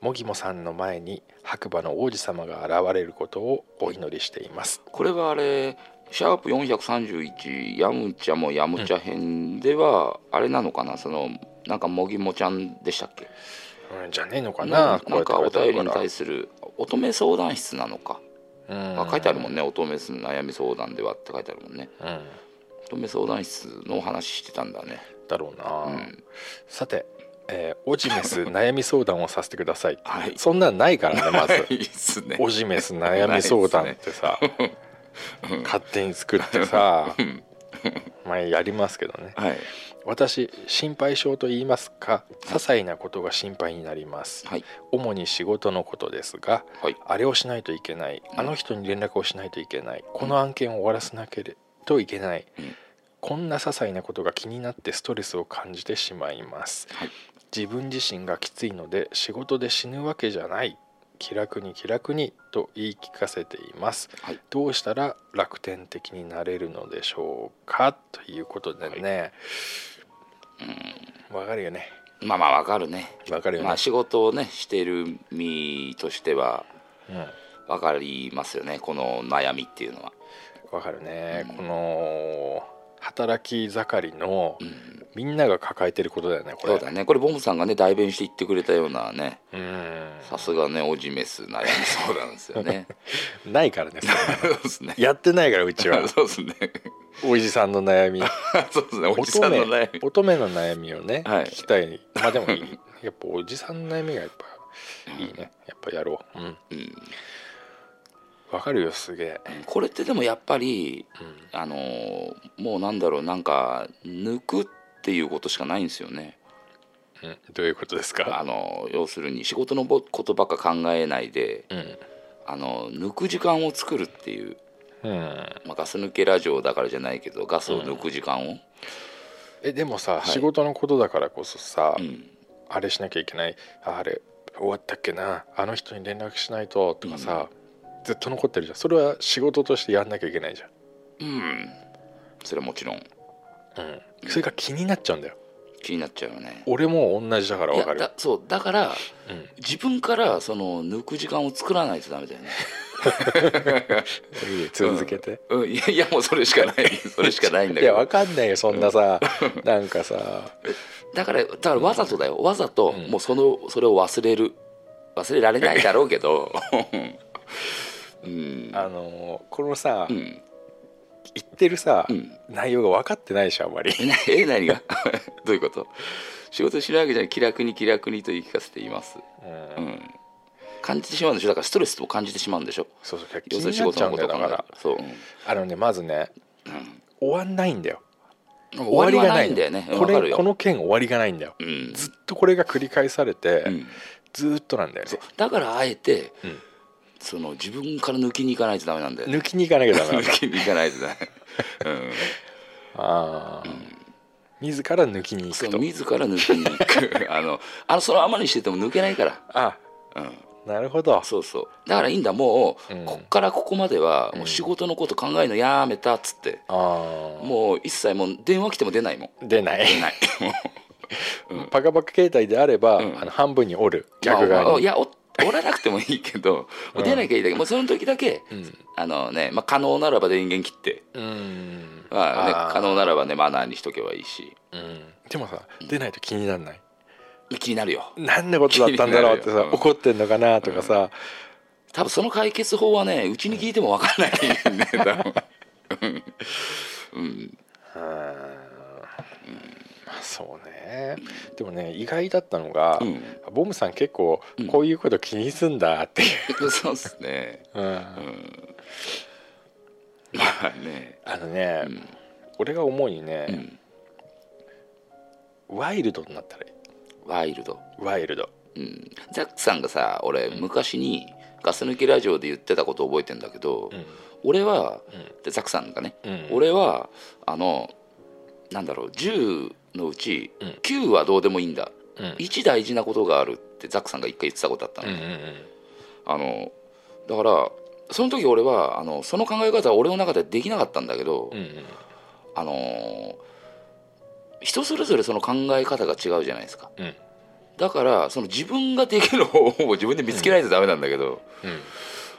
C: もぎもさんの前に白馬の王子様が現れることをお祈りしています
D: これはあれシャープ431ヤムチャもヤムチャ編では、あれなのかなそのなんかもぎもちゃんでしたっけ
C: うんじゃねえのか
D: な
C: なん
D: か
C: こ
D: お
C: うやって
D: 便りに対する乙女相談室なのか、
C: うん
D: あ書いてあるもんね乙女の悩み相談ではって書いてあるもんね
C: うん
D: 乙女相談室のお話してたんだね
C: だろうな、
D: うん
C: さて、えーオジメス悩み相談をさせてください、
D: はい
C: そんなんないからねま ず、
D: いいっすね
C: オジメス悩み相談って さ、勝手に作ってさ前やりますけどね
D: はい
C: 私心配性と言いますか些細なことが心配になります
D: はい
C: 主に仕事のことですが
D: はい
C: あれをしないといけないあの人に連絡をしないといけないこの案件を終わらせなければいけない、
D: うん
C: こんな些細なことが気になってストレスを感じてしまいます、
D: はい
C: 自分自身がきついので仕事で死ぬわけじゃない気楽に気楽にと言い聞かせています、
D: はい
C: どうしたら楽天的になれるのでしょうかということでねわ、かるよね
D: まあまあわかるね
C: わかるよね、
D: まあ仕事をねしている身としては
C: うん
D: わかりますよねこの悩みっていうのは
C: わかるね、
D: うん
C: この働き盛りの
D: うん
C: みんなが抱えてることだよねこれ
D: そうだねこれボムさんがね代弁して言ってくれたようなね
C: う
D: さすがねオジメス悩み相談ですよね
C: んないからねそれ
D: そうですね
C: やってないからうちは
D: そうですね
C: おじさんの悩み
D: そうですね おじさんの悩み
C: 乙女の悩みをね、
D: はい
C: 聞きたいまあでもい いやっぱおじさんの悩みがやっぱいいねやっぱやろううん
D: うん
C: わかるよすげえ、
D: これってでもやっぱり
C: うん
D: あのーもうなんだろうなんか抜くっていうことしかないんですよね
C: うんどういうことですか
D: あのー要するに仕事のぼことばっか考えないで
C: うん、
D: あのー抜く時間を作るっていう、
C: うん、
D: まあ、ガス抜けラジオだからじゃないけどガスを抜く時間を、
C: えでもさ、
D: はい
C: 仕事のことだからこそさ、
D: うん
C: あれしなきゃいけないああれ終わったっけなあの人に連絡しないととかさ、ずっと残ってるじゃんそれは仕事としてやんなきゃいけないじゃん
D: うん、それはもちろん
C: うん、それが気になっちゃうんだよ
D: 気になっちゃうよね
C: 俺も同じだから
D: い
C: 分
D: や
C: かる
D: だそうだから
C: うん
D: 自分からその抜く時間を作らないとダメだよね、
C: いいよ続けて、
D: うん、いやいやもうそれし かないそれしかないん
C: い
D: だけ
C: や
D: ど
C: 分かんないよそんなさなんかさ
D: だからだからわざとだよわざと
C: うん
D: もうそのそれを忘れる忘れられないだ ろうけどうん
C: あのこのさ、
D: うん
C: 言ってるさ、
D: うん
C: 内容が分かってないでしょあんまり
D: えなえ何が どういうこと仕事しないわけじゃない気楽に気楽にと言い聞かせています、
C: うん
D: うん、感じてしまうんでしょだからストレスも感じてしまうんでしょ
C: そうそう気
D: 要するに
C: に
D: 仕
C: なっ
D: 事
C: ちゃ
D: の
C: うんだ
D: こと
C: よ
D: を考
C: だ
D: え
C: か
D: た
C: ら
D: らそう、うん
C: あのねまずね終わんないんだよ
D: うん、終わりがないんだよね
C: 終
D: わ
C: わり
D: か
C: がな
D: る
C: いこれ
D: よ
C: この件終わりがないんだよ
D: うん
C: ずっとこれが繰り返されて、
D: うん
C: ずーっとなんだよね
D: そうだからあえて、
C: うん
D: その自分から抜きに行かないとダメなんだよ、ね、
C: 抜きに行かなきゃ ダメなんだ
D: 抜きに行かないとダメ、
C: あー、自ら抜きに
D: うん、
C: 行
D: そ
C: く
D: う
C: と
D: 自ら抜きに行 くあのあのそのままにしてても抜けないから、
C: あ
D: うん、
C: なるほど
D: そうそうだからいいんだもう、
C: うん
D: こっからここまではもう仕事のこと考えるのやめたっつって、
C: ああ
D: もう一切もう電話来ても出ないもん
C: 出ない
D: 出ない うん
C: パカパカ携帯であれば、
D: うん
C: あの半分に折る逆
D: まあま
C: 側
D: あい
C: に、
D: やおおらなくてもいいけど、もう出なきゃいいだけもうその時だけ、
C: うん
D: あのね、まあ、可能ならば電源切って、
C: うん
D: まあね
C: あー
D: 可能ならばねマナーにしとけばいいし
C: うんでもさ出ないと気にならない
D: 気になるよ
C: 何のことだったんだろうって
D: 気にな
C: さ
D: るようん
C: 怒ってんのかなとかさ、
D: 多分その解決法はねうちに聞いても分からないんだよ多分うん
C: うーんまあそうねでもね意外だったのが、
D: うん
C: ボムさん結構
D: うん
C: こういうこと気にすんだっていう、
D: そうっすね
C: うん
D: うんまあね
C: あのね、
D: うん
C: 俺が思うに
D: う
C: ね、
D: ん
C: ワイルドになったらいい
D: ワイルド
C: ワイルド
D: うんザックさんがさ俺昔にガス抜きラジオで言ってたこと覚えてんだけど、
C: うん
D: 俺はでザックさんがね、
C: うん
D: 俺はあのなんだろう10のうち
C: うん
D: 9はどうでもいいんだ、
C: うんうん
D: 1大事なことがあるってザックさんが一回言ってたことあったの、
C: うんうん
D: あのだからその時俺はあのその考え方は俺の中でできなかったんだけど、
C: うんうん
D: あのー人それぞれその考え方が違うじゃないですか
C: うん
D: だからその自分ができる方法を 自分で見つけないとダメなんだけど、
C: うん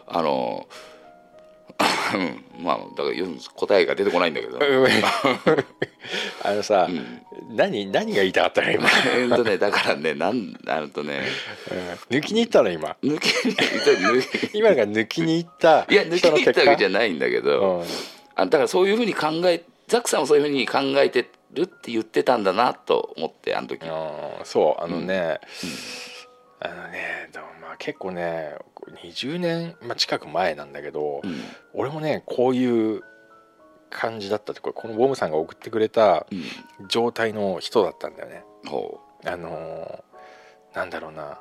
D: あの ーまあだから要するに答えが出てこないんだけど、
C: うんあのさ、
D: うん
C: 何何が言いたかったの今、
D: えーっとねだからねなんあのとね
C: 抜きに行ったの今
D: 抜けに抜け
C: 今のが抜きに行った
D: いや抜き
C: 人の
D: に行
C: 結
D: った
C: 果
D: わけじゃないんだけど、
C: うん
D: あだからそういうふうに考えザックさんもそういうふうに考えてるって言ってたんだなと思ってあの時
C: あーそうあのね、あのねでもまあ結構ね20年、まあ、近く前なんだけど、
D: うん
C: 俺もねこういう感じだったってこれこのボムさんが送ってくれた
D: うん
C: 状態の人だったんだよね
D: ほ
C: あのーなんだろうな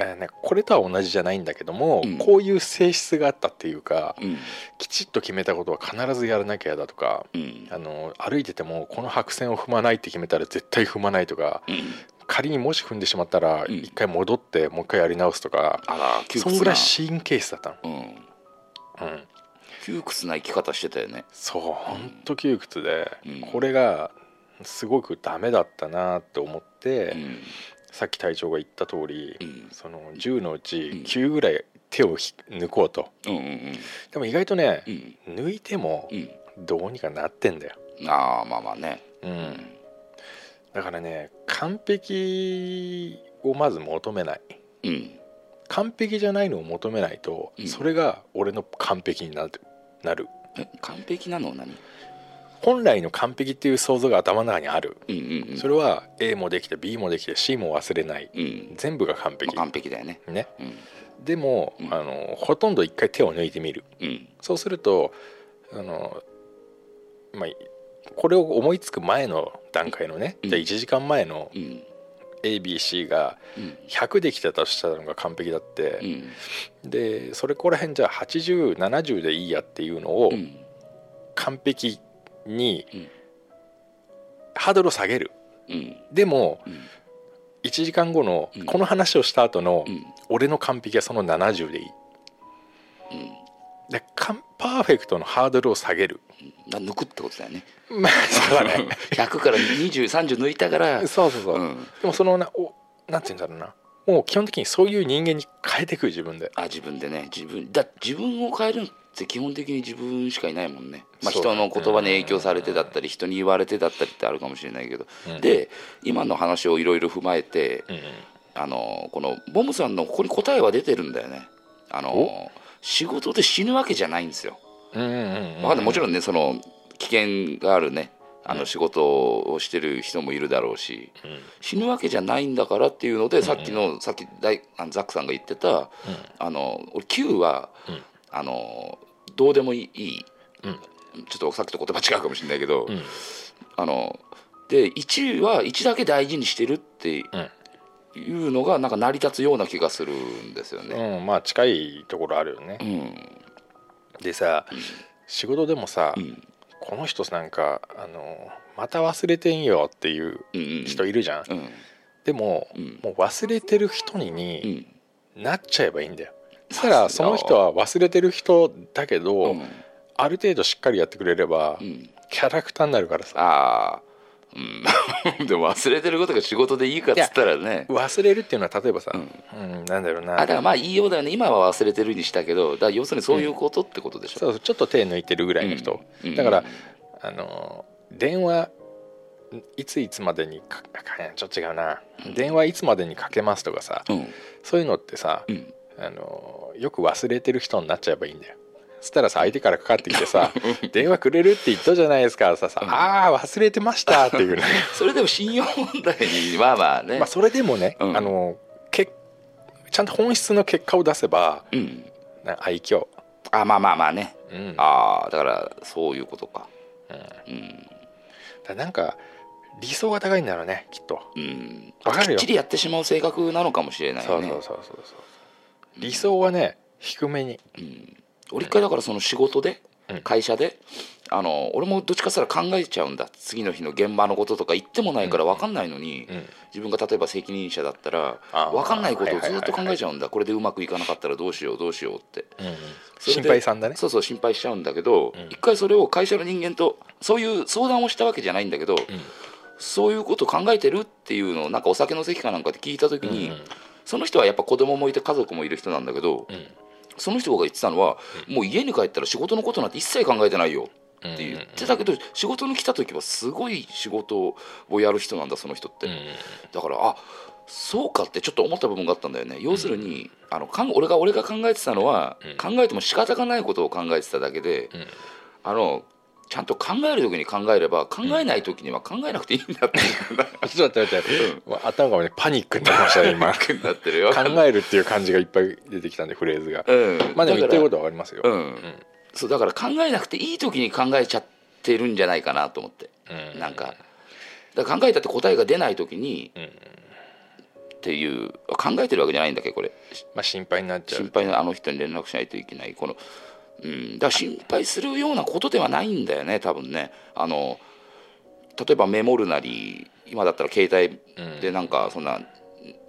C: えーね、これとは同じじゃないんだけども、
D: うん
C: こういう性質があったっていうか
D: ううん
C: きちっと決めたことは必ずやらなきゃだとか、
D: うん
C: あのー歩いててもこの白線を踏まないって決めたら絶対踏まないとか
D: うん
C: 仮にもし踏んでしまったら
D: うん
C: 一回戻ってもう一回やり直すとか、
D: あら窮
C: そん
D: 屈
C: ぐら、
D: ない
C: 神経質だった
D: うん、
C: の、うん、
D: 窮屈な生き方してたよね
C: そうほんと窮屈で、
D: うん
C: これがすごくダメだったなって思って、
D: うん
C: さっき隊長が言った通り、
D: うん
C: その10のうち
D: ん
C: 9ぐらい手をひ抜こうと
D: うんうん
C: でも意外とね
D: う、ん
C: 抜いても
D: うん
C: どうにかなってんだよ、
D: うんああまあまあね
C: う
D: うん
C: ん、だからね完璧をまず求めない
D: うん
C: 完璧じゃないのを求めないと、
D: うん
C: それが俺の完璧になるなる
D: え完璧なの何
C: 本来の完璧っていう想像が頭の中にある、
D: うんうんうん
C: それは A もできて B もできて C も忘れない
D: うん
C: 全部が完璧、
D: まあ完璧だよね
C: ね、
D: うん
C: でも、
D: うん
C: あのほとんど一回手を抜いてみる
D: うん
C: そうするとあの、まあ、これを思いつく前の段階のね、
D: うん
C: じゃあ1時間前の
D: うん
C: ABC が
D: うん
C: 100できてたとしたのが完璧だって
D: う、ん
C: でそれこら辺じゃあ8070でいいやっていうのを
D: うん
C: 完璧に
D: うん
C: ハードルを下げる
D: うん
C: でも
D: うん
C: 1時間後の
D: うん
C: この話をした後の
D: うん
C: 俺の完璧はその70でいい
D: うん
C: で完パーフェクトのハードルを下げる
D: な抜くってことだよね
C: まあそうだ ね
D: 100から2030抜いたから
C: そうそうそう、
D: うん、
C: でもそのなおなんて言うんだろうなもう基本的にそういう人間に変えてくる自分で
D: あ自分でね自分だ自分を変えるって基本的に自分しかいないもんね、まあ、
C: そう
D: 人の言葉に影響されてだったり人に言われてだったりってあるかもしれないけど、
C: うん
D: で今の話をいろいろ踏まえて、
C: うん
D: あのこのボムさんのここに答えは出てるんだよねあの仕事で死ぬわけじゃないんですよ
C: うんうんうん
D: わかんないもちろんねその危険があるねあの仕事をしてる人もいるだろうし、死ぬわけじゃないんだからっていうので、さっきのさっき大あのザックさんが言ってた、あの俺 Q は、あのどうでもいい、ちょっとさっきと言葉違うかもしれないけど、
C: ん
D: あので1は1だけ大事にしてるっていうのがなんか成り立つような気がするんですよね。
C: うんまあ近いところあるよね
D: う、ん
C: でさ仕事でもさ、
D: うん
C: この人なんかあのまた忘れてんよっていう
D: うんうん
C: 人いるじゃん、
D: うん
C: でも、
D: うん
C: もう忘れてる人に
D: う
C: に
D: ん
C: なっちゃえばいいんだよ、そしたらその人は忘れてる人だけど、
D: うん
C: ある程度しっかりやってくれれば、
D: うん
C: キャラクターになるからさ
D: ああ、うん、 でも忘れてることが仕事でいいかっつったらね
C: 忘れるっていうのは例えばさ、
D: う
C: うんなんだろう
D: あだ
C: な
D: からまあ言いようだよね今は忘れてるにしたけどだから要するにそういうことってことでしょ、
C: そうそうちょっと手抜いてるぐらいの人、
D: うん
C: だから
D: うん、
C: あの電話いついつまでにかかちょっと違うな、電話いつまでにかけますとかさ
D: うん
C: そういうのってさ、
D: うん
C: あのよく忘れてる人になっちゃえばいいんだよそしたらさ相手からかかってきて さ「電話くれるって言ったじゃないですか」ささ「ああ忘れてました」っていうね
D: それでも信用問題にまあまあ ね、
C: まあそれでもね、
D: うん
C: あのけちゃんと本質の結果を出せば
D: うん、
C: な愛嬌、
D: あまあまあまあね
C: うん、だか
D: ああだからそういうことかうん、
C: らなんか理想が高いんだろうねきっと。
D: うん
C: わかる
D: きっ
C: よ
D: ちりやってしまう性格なのかもしれないね
C: そうそうそうそうそう理想はね低めに
D: 俺一回だからその仕事で
C: うん
D: 会社で、あの俺もどっちかしたら考えちゃうんだ次の日の現場のこととか言ってもないから分かんないのに、
C: うん
D: 自分が例えば責任者だったら
C: あー
D: 分かんないことを
C: はいはい
D: ず
C: はい
D: っと考えちゃうんだこれでうまくいかなかったらどうしようどうしようってそれ
C: 心
D: で
C: 配さんだね
D: そうそう心配しちゃうんだけど、一回それを会社の人間とそういう相談をしたわけじゃないんだけど、そういうこと考えてるっていうのをなんかお酒の席かなんかで聞いた時に、その人はやっぱ子供もいて家族もいる人なんだけど、
C: ん
D: その人が言ってたのは、もう家に帰ったら仕事のことなんて一切考えてないよって言ってたけど、仕事に来た時はすごい仕事をやる人なんだその人って、だからあそうかってちょっと思った部分があったんだよね要するに、あのかん俺が俺が考えてたのは、考えても仕方がないことを考えてただけで、あのちゃんと考える時に考えれば考えない時には考えなくていいんだっていうな
C: ちょっと待って待って、頭がねパニックになりましたね 今
D: くなってるよ。
C: 考えるっていう感じがいっぱい出てきたんでフレーズが、
D: うん、
C: まあでも言
D: だ
C: っ
D: か
C: て
D: ら
C: ることは分かりますよ、
D: うん、そうだから考えなくていい時に考えちゃってるんじゃないかなと思って、
C: うん
D: なんかだから考えたって答えが出ない時に、
C: ん
D: っていうあ考えてるわけじゃないんだっけこれ
C: まあ心配になっちゃ
D: 心
C: う
D: 配なあの人に連絡しないといけないこの、うん、だから心配するようなことではないんだよね多分ねあの例えばメモるなり今だったら携帯でなんかそんな、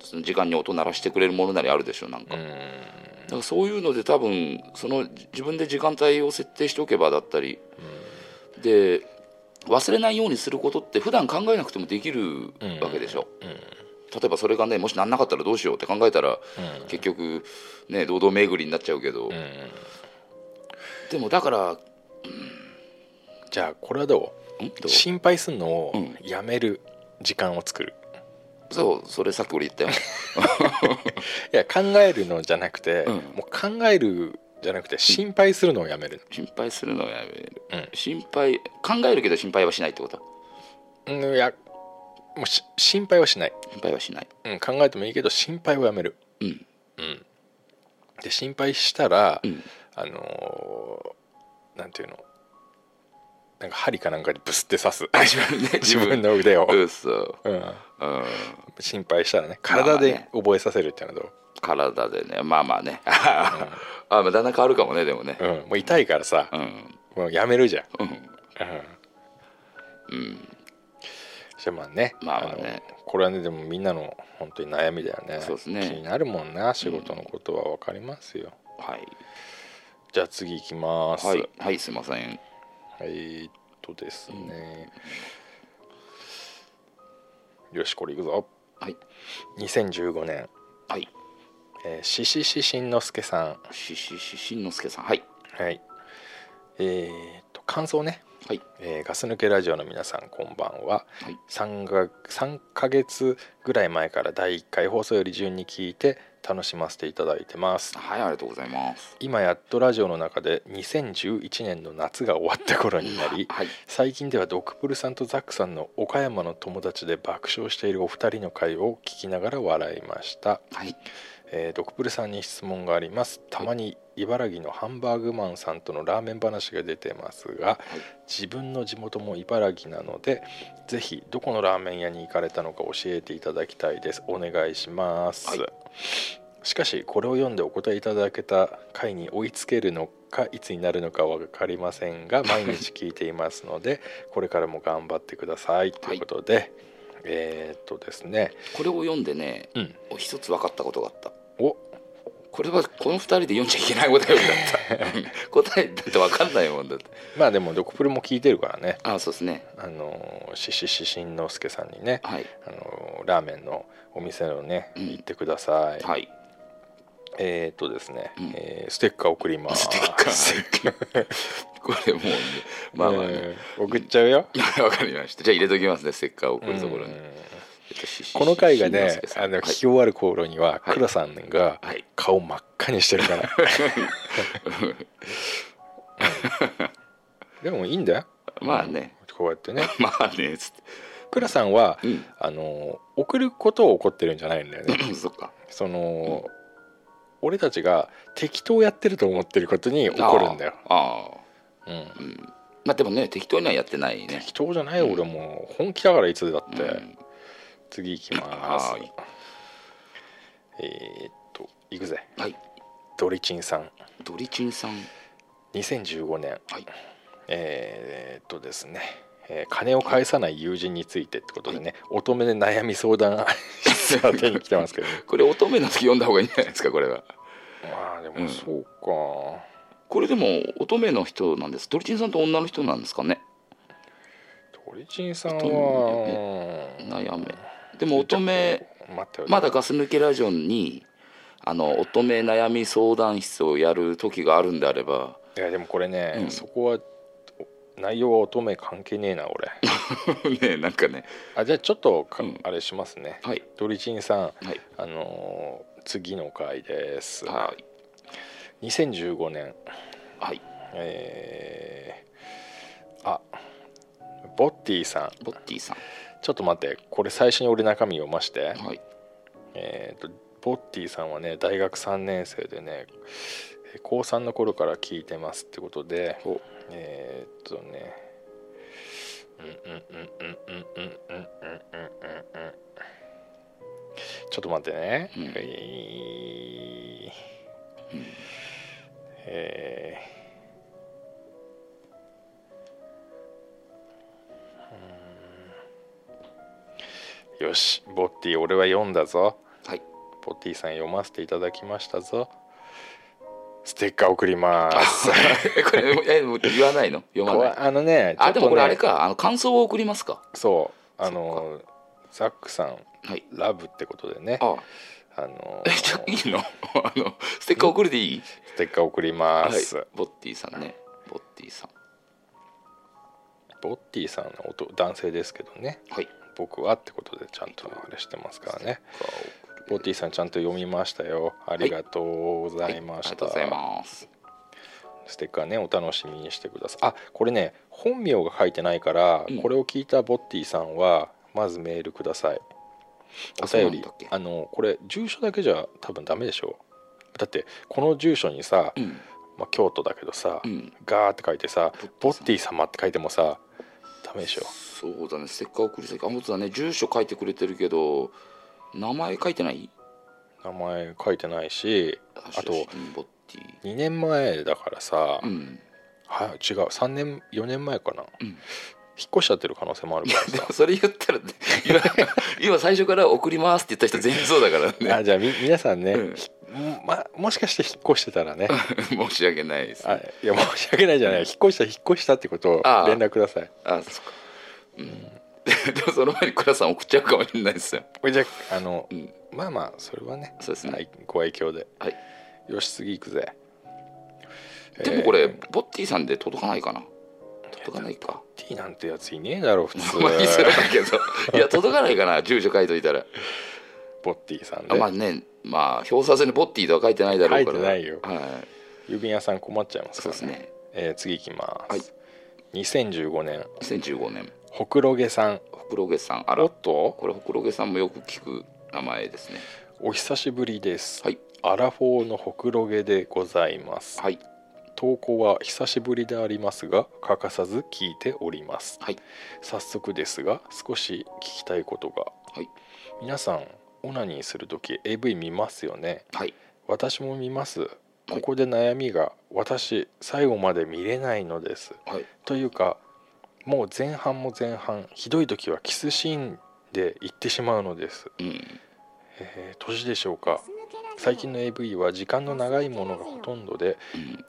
D: その時間に音鳴らしてくれるものなりあるでしょなんか、だからそういうので多分その自分で時間帯を設定しておけばだったり、で忘れないようにすることって普段考えなくてもできるわけでしょ、例えばそれがねもしなんなかったらどうしようって考えたら、結局ね堂々巡りになっちゃうけど、でもだから
C: じゃあこれはど
D: ん
C: う
D: どう
C: 心配するのを
D: うん
C: やめる時間を作る、
D: そうそれさっき俺言ったよ
C: いや考えるのじゃなくて、
D: うん
C: もう考えるじゃなくて心配するのをやめる、
D: 心配するのはやめる、
C: うん
D: 心配考えるけど心配はしないってこと
C: うん、いやもうし心配はしない、
D: 心配はしない
C: うん、考えてもいいけど心配をやめる
D: うん
C: で心配したら、
D: うん
C: あのーなんていうのなんか針かなんかでブスって刺す 自分,、の腕を、
D: うっそ
C: うん
D: うん
C: 心配したらね
D: まあまあ
C: 体
D: ね
C: で覚えさせるっていうのはどう
D: 体でねまあまあね あまあだんだん変わるかもねでもね
C: うん、もう痛いからさ
D: う、ん
C: もうやめるじゃん、
D: うん
C: うんじゃあまあね,、
D: まあまあね
C: のこれはねでもみんなの本当に悩みだよね
D: そうですね
C: 気になるもんな仕事のことは分かりますよ、
D: はい
C: じゃあ次行きます
D: はい、はい、すいません
C: えーっとですね、よしこれいくぞ
D: はい
C: 2015年、
D: はい
C: えー、ししししんのすけさ
D: ししししんのすけさんはい
C: んはいえーっと感想ね、
D: はい
C: えーガス抜けラジオの皆さんこんばんは
D: はい
C: 3が3ヶ月ぐらい前から第1回放送より順に聞いて楽しませていただいてます
D: はいありがとうございます
C: 今やっとラジオの中で2011年の夏が終わった頃になり
D: はい
C: 最近ではドクプルさんとザックさんの岡山の友達で爆笑しているお二人の会を聞きながら笑いました、
D: はい
C: えードクプルさんに質問がありますたまに茨城のハンバーグマンさんとのラーメン話が出てますが自分の地元も茨城なのでぜひどこのラーメン屋に行かれたのか教えていただきたいですお願いします、
D: はい
C: しかしこれを読んでお答えいただけた回に追いつけるのかいつになるのかは分かりません が毎日聞いていますのでこれからも頑張ってくださいということで、えーっとですね
D: これを読んでね
C: うん
D: 一つ分かったことがあった
C: お
D: これはこの二人で読んじゃいけないお便りだった 答えだって分かんないもんだって
C: まあでもドクプルも聞いてるからね
D: あそうですね
C: あのししししんのすけさんにね
D: はい
C: あのラーメンのお店のね
D: うん
C: 行ってください、
D: はい
C: えーっとですね、
D: うん
C: えーステッカー送ります。
D: ステ ッカーこれもうねまあまあね
C: えー送っちゃうよ。
D: 分かりましたじゃあ入れときますねステッカーを送るところに
C: うん
D: えっとしし
C: この回が
D: しんの
C: ね
D: すけ、さん
C: あの
D: は
C: 聞
D: い
C: き終わる頃には、
D: はい
C: 倉さんが
D: はい
C: 顔真っ赤にしてる から。でもいいんだよ。
D: まあね
C: こうやってね、
D: まあねつって
C: 倉さんは、
D: うん
C: あの送ることを怒ってるんじゃないんだよね。
D: そっか
C: その、俺たちが適当やってると思ってることに怒るんだよ。
D: ああ
C: うん
D: まあでもね適当にはやってないね
C: 適当じゃないよ俺もう本気だからいつだって、
D: うん
C: 次行きます
D: はい
C: えーっと行くぜ
D: はい
C: ドリチンさん
D: ドリチンさん
C: 2015年
D: はい
C: えーっとですねえー金を返さない友人についてってことでね、乙女で悩み相 談室宛てに来てますけど、
D: これ乙女の時読んだ方がいいんじゃないですかこれは
C: まあでもそうか、
D: これでも乙女の人なんですドリチンさんと女の人なんですかね
C: ドリチンさん
D: 乙
C: は
D: 悩めでも乙女
C: 待ってよ
D: まだガス抜けラジオにあの乙女悩み相談室をやる時があるんであれば
C: いやでもこれね、
D: うん
C: そこは内容は乙女関係ねえな俺
D: ねなんかね
C: あじゃあちょっとか、
D: うん
C: あれしますね
D: はい
C: ドリチンさん
D: はい
C: あのー次の回です
D: はい
C: 2015年
D: はい
C: えーあボッティさん
D: ボッティさん
C: ちょっと待ってこれ最初に俺中身読まして
D: はい
C: えーとボッティさんはね大学3年生でねえー高3の頃から聞いてますってことで
D: お
C: えーっとねうんうんうんうんうんうんうんうんうんうんちょっと待ってね、
D: うん
C: はいえーうんよしボッティ俺は読んだぞ
D: はい
C: ボッティさん読ませていただきましたぞステッカー送ります
D: これいやもう 言わないの読ま
C: こ
D: な
C: わ
D: い
C: あのね
D: あでもこれあれ
C: か
D: かあの感想を送りますか
C: そうあのザックさん
D: はい
C: ラブってことでね
D: あ
C: あの
D: えじゃあいいの あのステッカー送るでいい
C: ステッカー送ります、
D: はい、ボッティさんねボッティさん
C: ボッティさんのおと男性ですけどね
D: はい
C: 僕はってことでちゃんとあれしてますからねボッティさんちゃんと読みましたよありがとうございま
D: ありが
C: し
D: と
C: た、
D: うございます
C: ステッカーねお楽しみにしてくださいあこれね本名が書いてないから、
D: うん
C: これを聞いたボッティさんはまずメールくださいお
D: あそう
C: 便
D: な
C: り
D: んだっけ
C: あのこれ住所だけじゃ多分ダメでしょだってこの住所にさ、
D: うん
C: まあ、京都だけどさ、
D: うん
C: ガーって書いてさ「
D: ボ
C: ボ
D: ッ
C: ッ
D: テ
C: ティ様」って書いてもさダメでしょ
D: そうだねステッカー送り先あ本当だね住所書いてくれてるけど名前書いてない
C: 名前書いてないしあと
D: うんボッティ
C: 2年前だからさ、
D: うん
C: は違う3年4年前かな、
D: うん
C: 引っ越しちゃってる可能性もあるから
D: で
C: さ
D: もそれ言ったらね今今最初から送りますって言った人全員そうだからね
C: あじゃあみ皆さんね、
D: うん
C: ひま、もしかして引っ越してたらね
D: 申し訳ないです、
C: あいや申し訳ないじゃない引っ越した引っ越したってことを
D: ああ
C: 連絡ください
D: あそっかうんでもその前に倉さん送っちゃうかもしれないですよ
C: これじゃああの、
D: うん
C: まあまあそれはね
D: そうですね
C: はい、ご愛嬌で
D: はい
C: よし次行くぜ
D: でもこれ、
C: えー
D: ボッティさんで届かないかな届かないか
C: T なん てやついねえだろ普通
D: まあいいそれだけどいや届かないかな住所書いといたら
C: ボッティさん
D: あ
C: で、
D: まあねまあ表さずにボッティとは書いてないだろうから
C: 書いてないよ
D: はい
C: 郵便屋さん困っちゃいます
D: そう
C: か
D: で
C: らね
D: すね
C: えー次いきます、
D: はい
C: 2015年
D: 2015年
C: ほくろげさん
D: ほくろげさんあ
C: お
D: ら
C: っと
D: これほくろげさんもよく聞く名前ですね
C: お久しぶりです、
D: はい
C: アラフォーのほくろげでございます、
D: はい
C: 投稿は久しぶりでありますが欠かさず聞いております、
D: はい
C: 早速ですが少し聞きたいことが
D: はい
C: 皆さんオナニーする時 AV 見ますよね
D: はい
C: 私も見ますここで悩みが私最後まで見れないのです
D: はい
C: というかもう前半も前半ひどい時はキスシーンで行ってしまうのです、
D: うん
C: えー年でしょうか最近の AV は時間の長いものがほとんどで
D: うん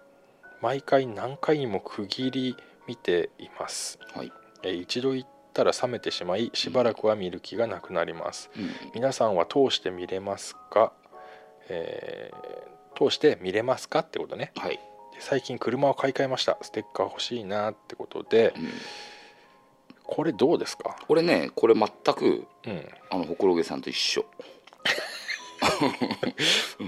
C: 毎回何回にも区切り見ています、
D: はい
C: えー一度行ったら冷めてしまいしばらくは見る気がなくなります
D: うん
C: 皆さんは通して見れますか、えー通して見れますかってことね
D: はい
C: で最近車を買い替えましたステッカー欲しいなってことで
D: うん
C: これどうですか
D: これねこれ全く
C: うん
D: あのほくろげさんと一緒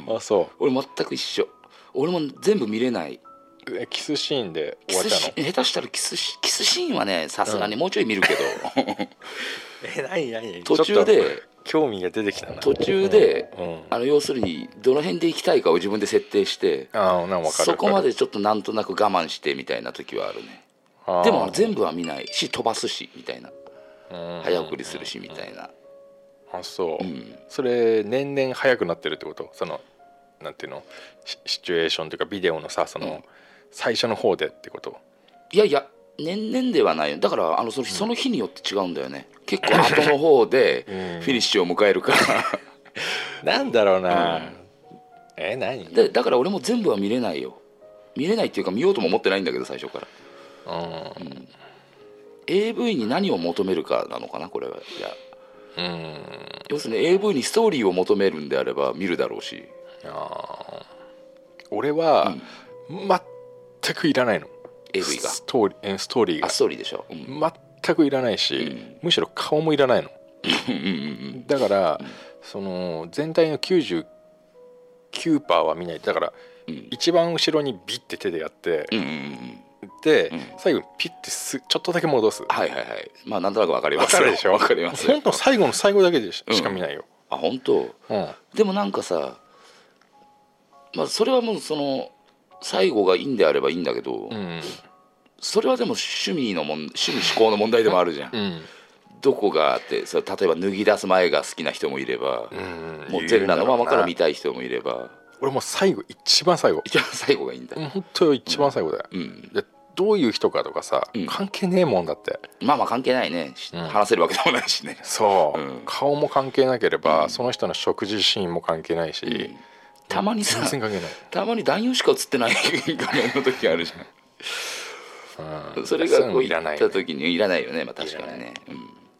C: あそ
D: 俺全く一緒俺も全部見れないう
C: えキスシーンで
D: キ
C: 終わっ
D: スシ
C: たの
D: 下手したらキスシキスシーンはねさすがにもうちょい見 るけど、
C: えないないない
D: 途中で
C: 興味が出てきたな
D: 途中で
C: うんうん
D: あの要するにどの辺で行きたいかを自分で設定して
C: ああなんか分かる
D: そこま
C: で
D: でちょっとなんとなく我慢してみたいな時はあるねでも全部は見ないし飛ばすしみたいな早送りするしみたいな
C: あそう、
D: うん
C: それ年々早くなってるってことそのなんていうのシシチュエーションというかビデオのさその、
D: うん
C: 最初の方でってこと
D: いやいや年々ではないよだからあのそのその日によって違うんだよね結構後の方で フ
C: うん
D: ィニッシュを迎えるから
C: なんだろうな、
D: うん
C: え何、うん、
D: でだから俺も全部は見れないよ見れないっていうか見ようとも思ってないんだけど最初から AV に何を求めるかなのかなこれはいや
C: うん
D: 要するに AV にストーリーを求めるんであれば見るだろうし
C: あー俺は、全くいらないの
D: AV が
C: ストーリーえストーリー
D: あストーリーでしょ、うん
C: が全くいらないし、
D: うん
C: むしろ顔もいらないの
D: うんうんうん
C: だから、その全体の99%は見ないだから
D: うん
C: 一番後ろにビッて手でやって、
D: うんうんうん
C: で、
D: うん
C: 最後にピッてすちょっとだけ戻す
D: はいはいはいまあなんとなくわかります
C: わかるでしょ
D: わかります
C: ほんと最後の最後だけでし
D: うん
C: しか見ないよ、
D: あ本当
C: うん
D: でもなんかさまあそれはもうその最後がいいんであればいいんだけど、
C: うん
D: それはでも趣味のもん趣味思考の問題でもあるじゃん、
C: うん
D: どこがあってそれ例えば脱ぎ出す前が好きな人もいれば、
C: うん
D: もう全裸のままから見
C: て
D: たい人もいれば
C: 俺もう最後一番最後
D: 一番最後がいいんだ、
C: 本当一番最後だよ、
D: うん
C: でどういう人かとかさ、
D: うん
C: 関係ねえもんだって
D: まあまあ関係ないね、し
C: うん
D: 話せるわけでもないしね、
C: そう、
D: うん
C: 顔も関係なければ、
D: うん
C: その人の食事シーンも関係ないし、
D: うんたまにさ
C: 全然関係ない、
D: たまに男優しか映ってない画面の時あるじゃ
C: うん
D: んそれがこう
C: い
D: いっ
C: らない
D: た時にいらないよねまあ確かにね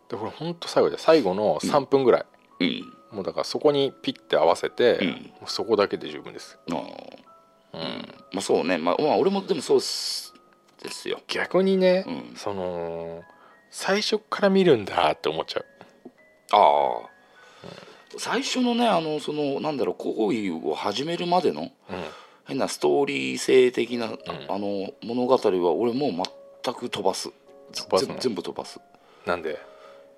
C: でこれ本当最後で最後の3分ぐらい、
D: うん、うん
C: もうだからそこにピッて合わせて、
D: うん
C: もうそこだけで十分です
D: ああうんまあそうね、まあ、まあ俺もでもそうっすですよ
C: 逆にね、
D: うん
C: その最初から見るんだって思っちゃう
D: ああ、最初のねあのそのなんだろう行為を始めるまでの
C: うん
D: 変なストーリー性的な、あの物語は俺もう全く飛ばす
C: 飛ばすの
D: ぜ全部飛ばす
C: なんで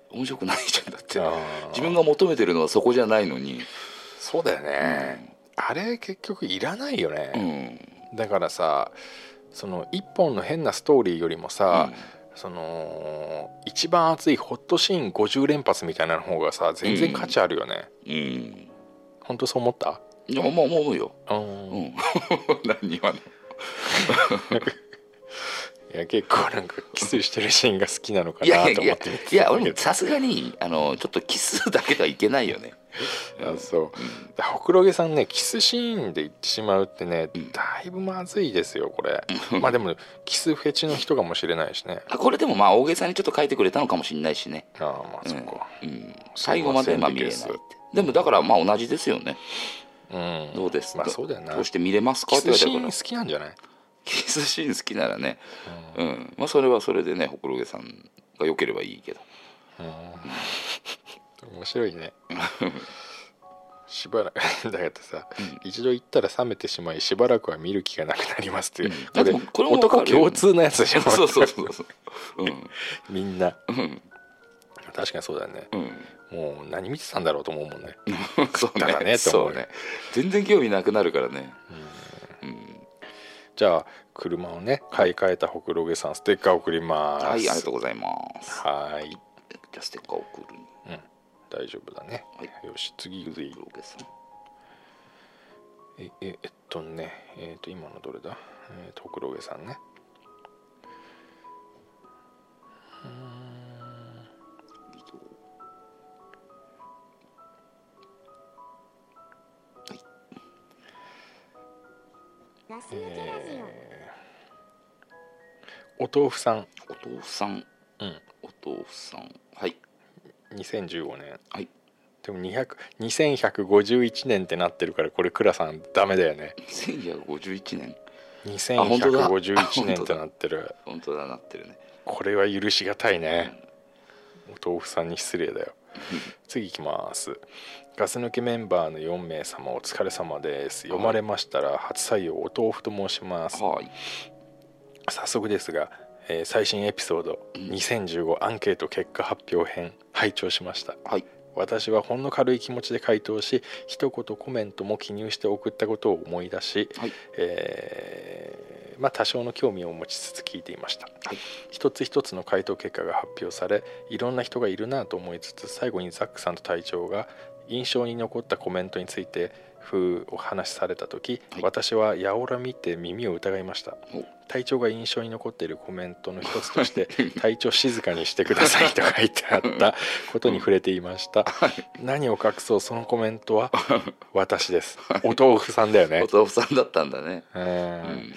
D: 面白くないじゃんだって
C: あー
D: 自分が求めてるのはそこじゃないのに
C: そうだよね、あれ結局いらないよね、
D: うん
C: だからさその一本の変なストーリーよりもさ、その一番熱いホットシーン50連発みたいなの方がさ全然価値あるよね、
D: うん
C: 本当そう思った
D: いやもう思うよ、
C: うん
D: う
C: い
D: ん、 何はね
C: や結構なんかキスしてるシーンが好きなのか
D: いや
C: ない
D: や
C: と
D: い
C: 思
D: や
C: って見てたんだけど
D: いや俺もさすがにあのちょっとキスだけではいけないよね
C: あそうでほくろげさんねキスシーンで言ってしまうってねだいぶまずいですよこれまあでもキスフェチの人かもしれないしね
D: あこれでもまあ大げさにちょっと書いてくれたのかもしれないしね
C: ああまあそっか
D: うん、最後までまあ見れないって
C: そう
D: でもだからまあ同じですよね
C: うん
D: どうです
C: まあそうだよな
D: どうして見れますか
C: キ
D: って言
C: ス
D: われ
C: シ
D: たか
C: ーン
D: ら
C: 好きなんじゃない
D: キスシーン好きならね、うんまあ、それはそれでねほくろげさん が良ければいいけど
C: 面白いね しばらくだからさ、一度行ったら冷めてしまいしばらくは見る気がなくなりますっていう、
D: うんでもこれもわ
C: 男
D: かるよ
C: 共通のやつでしょ
D: そうそうそうそううん
C: みんな
D: うん
C: 確かにそうだよね
D: うん
C: もう何見てたんだろうと思うもんね
D: そう
C: だから
D: ね
C: ねと思
D: そううね全然興味なくなるからねうん
C: じゃあ車をね買い替えたほくろげさんステッカー送ります
D: はいありがとうございます
C: はーい
D: じゃあステッカー送るに
C: 大丈夫だね、
D: はい
C: よし次次
D: 黒毛さん
C: えええっとねえっと今のどれだえっとほくろげさんね
B: ガス抜けラジオ
C: お豆腐さん
D: お豆腐さん
C: うん
D: お豆腐さんはい
C: 2015年
D: はい
C: でも200 2151年ってなってるからこれ倉さんダメだよね
D: 1151年本当だ
C: 2151年ってなってる
D: 本当だなってるね
C: これは許しがたいねお豆腐さんに失礼だよ次いきますガス抜けメンバーの4名様お疲れ様です読まれましたら初採用お豆腐と申します
D: はい
C: 早速ですが、えー最新エピソード2015アンケート結果発表編拝聴しました
D: はい
C: 私はほんの軽い気持ちで回答し一言コメントも記入して送ったことを思い出し、
D: はい
C: えーまあ、多少の興味を持ちつつ聞いていました、
D: はい
C: 一つ一つの回答結果が発表されいろんな人がいるなと思いつつ最後にザックさんと隊長が印象に残ったコメントについてふうお話しされた時、
D: はい
C: 私はやおら見て耳を疑いました
D: お
C: 隊長が印象に残っているコメントの一つとして「隊長静かにしてください」と書いてあったことに触れていました何を隠そうそのコメントは私ですお豆腐さんだよね
D: お豆腐さんだったんだね
C: うん
D: うん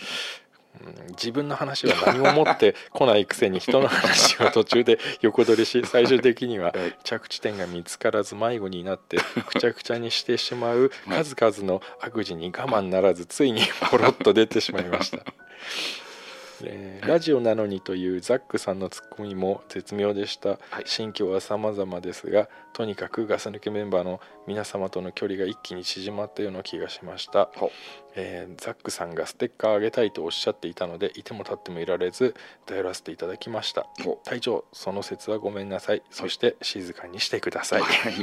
C: 自分の話は何も持ってこないくせに人の話を途中で横取り し最終的には
D: はい
C: 着地点が見つからず迷子になってくちゃくちゃにしてしまう
D: はい
C: 数々の悪事に我慢ならずついにポロッと出てしまいました。えーラジオなのにというザックさんのツッコミも絶妙でした、
D: はい
C: 心境は様々ですがとにかくガス抜けメンバーの皆様との距離が一気に縮まったような気がしました
D: ほ、
C: えーザックさんがステッカーあげたいとおっしゃっていたのでいても立ってもいられず頼らせていただきました
D: ほ
C: 隊長その説はごめんなさいそして静かにしてください、
D: はい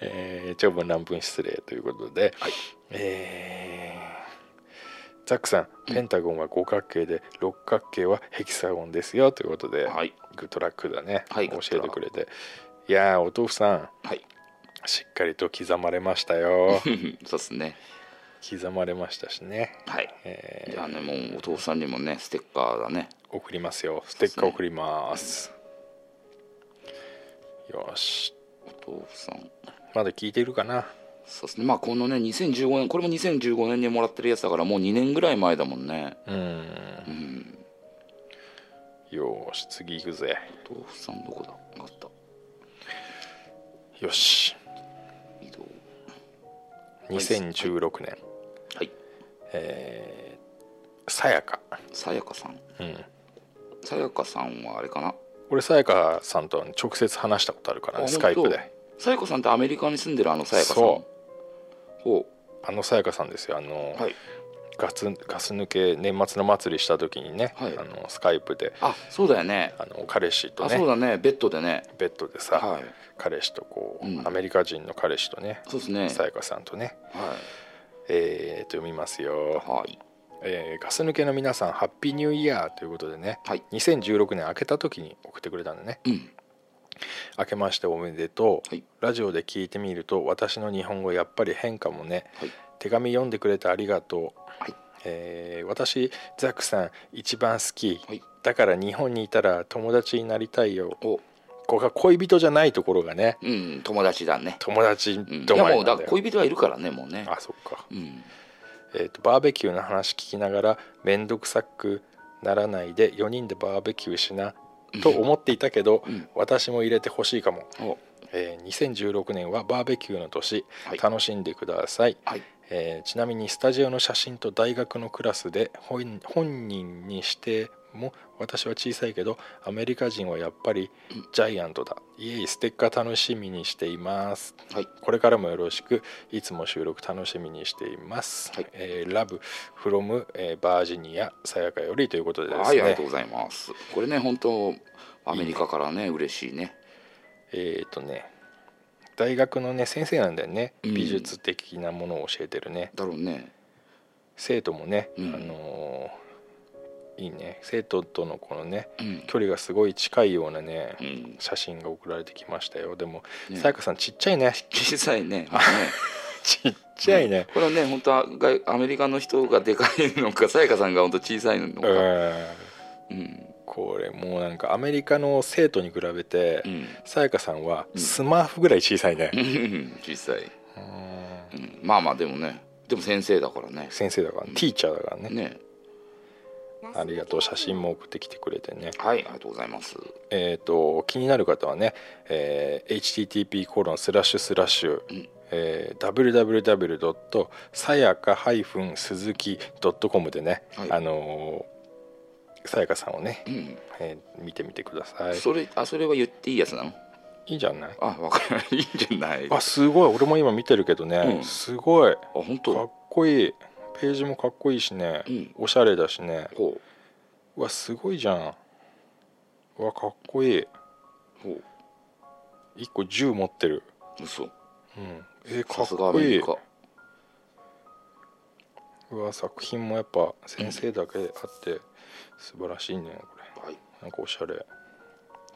C: えー長文乱文失礼ということで、
D: はい
C: えーザックさんペンタゴンは五角形で六角形はヘキサゴンですよということで、
D: はい
C: グッドラックだね、
D: はい
C: 教えてくれていやーお豆腐さん
D: はい
C: しっかりと刻まれました よ
D: そうっすね
C: 刻まれましたしね、
D: はい
C: えー
D: じゃあねもうお豆腐さんにもねステッカーだね
C: 送りますよステッカー送りますよし
D: お豆腐さん
C: まだ聞いてるかな
D: そうですねまあこのね2015年これも2015年にもらってるやつだからもう2年ぐらい前だもんね
C: うん
D: うん
C: よーし次行くぜ
D: お豆腐さんどこだあった
C: よし
D: 移動
C: 2016年
D: はい
C: えーさやか
D: さやかさん
C: うん
D: さやかさんはあれかな
C: 俺さやかさんとは直接話したことあるからね
D: あ
C: スカイプ
D: 本
C: で
D: 当さやかさんってアメリカに住んでるあのさやかさん
C: そう
D: ほ
C: あのさやかさんですよあの、
D: うはい
C: ガスガス抜け年末の祭りした時にね、
D: はい
C: あのスカイプで
D: あそうだよね
C: あの彼氏と
D: あそう
C: ね
D: だねベッドでね
C: ベッドでさ、
D: はい
C: 彼氏とこう、
D: うん
C: アメリカ人の彼氏とね
D: そうですね
C: さやかさんとね
D: は
C: えー、と読みます
D: い
C: よ、
D: はい
C: えーガス抜けの皆さんハッピーニューイヤーということでね
D: はい
C: 2016年明けた時に送ってくれたんだね
D: うん
C: 明けましておめでとう、
D: はい
C: ラジオで聞いてみると私の日本語やっぱり変化もね
D: はい
C: 手紙読んでくれてありがとう、
D: はい
C: えー私ザックさん一番好き、
D: はい
C: だから日本にいたら友達になりたいよ
D: お
C: ここが恋人じゃないところがね
D: うん友達だね
C: 友達
D: うんい
C: 止
D: や
C: ま
D: も
C: り
D: う
C: な
D: だ
C: ん
D: か
C: だ
D: ら
C: よ、
D: 恋人はいるからねもうね
C: あそっか、
D: うん
C: えー、とバーベキューの話聞きながら面倒くさくならないで4人でバーベキューしなと思っていたけど、
D: うん
C: 私も入れてほしいかも、
D: お
C: えー2016年はバーベキューの年、
D: はい
C: 楽しんでください、
D: はい
C: えーちなみにスタジオの写真と大学のクラスで本本人にしても私は小さいけどアメリカ人はやっぱりジャイアントだイエイステッカー楽しみにしています
D: はい
C: これからもよろしくいつも収録楽しみにしています、
D: はい
C: えーラブフロム、えーバージニアさやかよりということでです
D: はい、
C: ね、
D: ありがとうございます。これね、本当アメリカからね、嬉しいね。
C: えっ、とね大学のね先生なんだよね
D: うん
C: 美術的なものを教えてるね、
D: だろうね。
C: 生徒もね、
D: うん
C: あのーいいね生徒とのこのね
D: うん。
C: 距離がすごい近いようなね、
D: うん
C: 写真が送られてきましたよでも
D: ね
C: さやかさんちっちゃいね
D: 小さいね。ね
C: ちっちゃいね、
D: これはね、本当は外アメリカの人がでかいのか、さやかさんが本当小さいの
C: う
D: か。
C: ん
D: うん。
C: これもうなんかアメリカの生徒に比べて、
D: うん。
C: さやかさんはスマーフぐらい小さいね、
D: うん 小さい。
C: うん
D: うんまあまあ、でもね、でも先生だからね。
C: 先生だから、ティーチャーだからね
D: ね。
C: ありがとう写真も送ってきてくれてね
D: はい、ありがとうございます。
C: えー、と気になる方はね、えー http コロンスラッシュスラッシュ、
D: ん
C: えー www. さやか -suzuki.com でね、
D: はい
C: あのーさやかさんをね、
D: うん。
C: えー見てみてください
D: それ、あ、それは言っていいやつなの。
C: いいじゃない
D: あ、わかりました。いいんじゃない。
C: あすごい俺も今見てるけどね、
D: うん
C: すごいか
D: あ本
C: っ
D: 当。
C: こいいページもかっこいいしね、
D: うん
C: おしゃれだしね
D: ほ。
C: うわすごいじゃんうわかっこいいう
D: ほ
C: 1個銃持ってる、
D: う。嘘。
C: うん、えーか
D: さ
C: っ
D: すがア
C: こ
D: メ
C: い
D: リ
C: い
D: カ。
C: うわ作品もやっぱ先生だけあって素晴らしいねこれ
D: はい。
C: なんかおしゃれ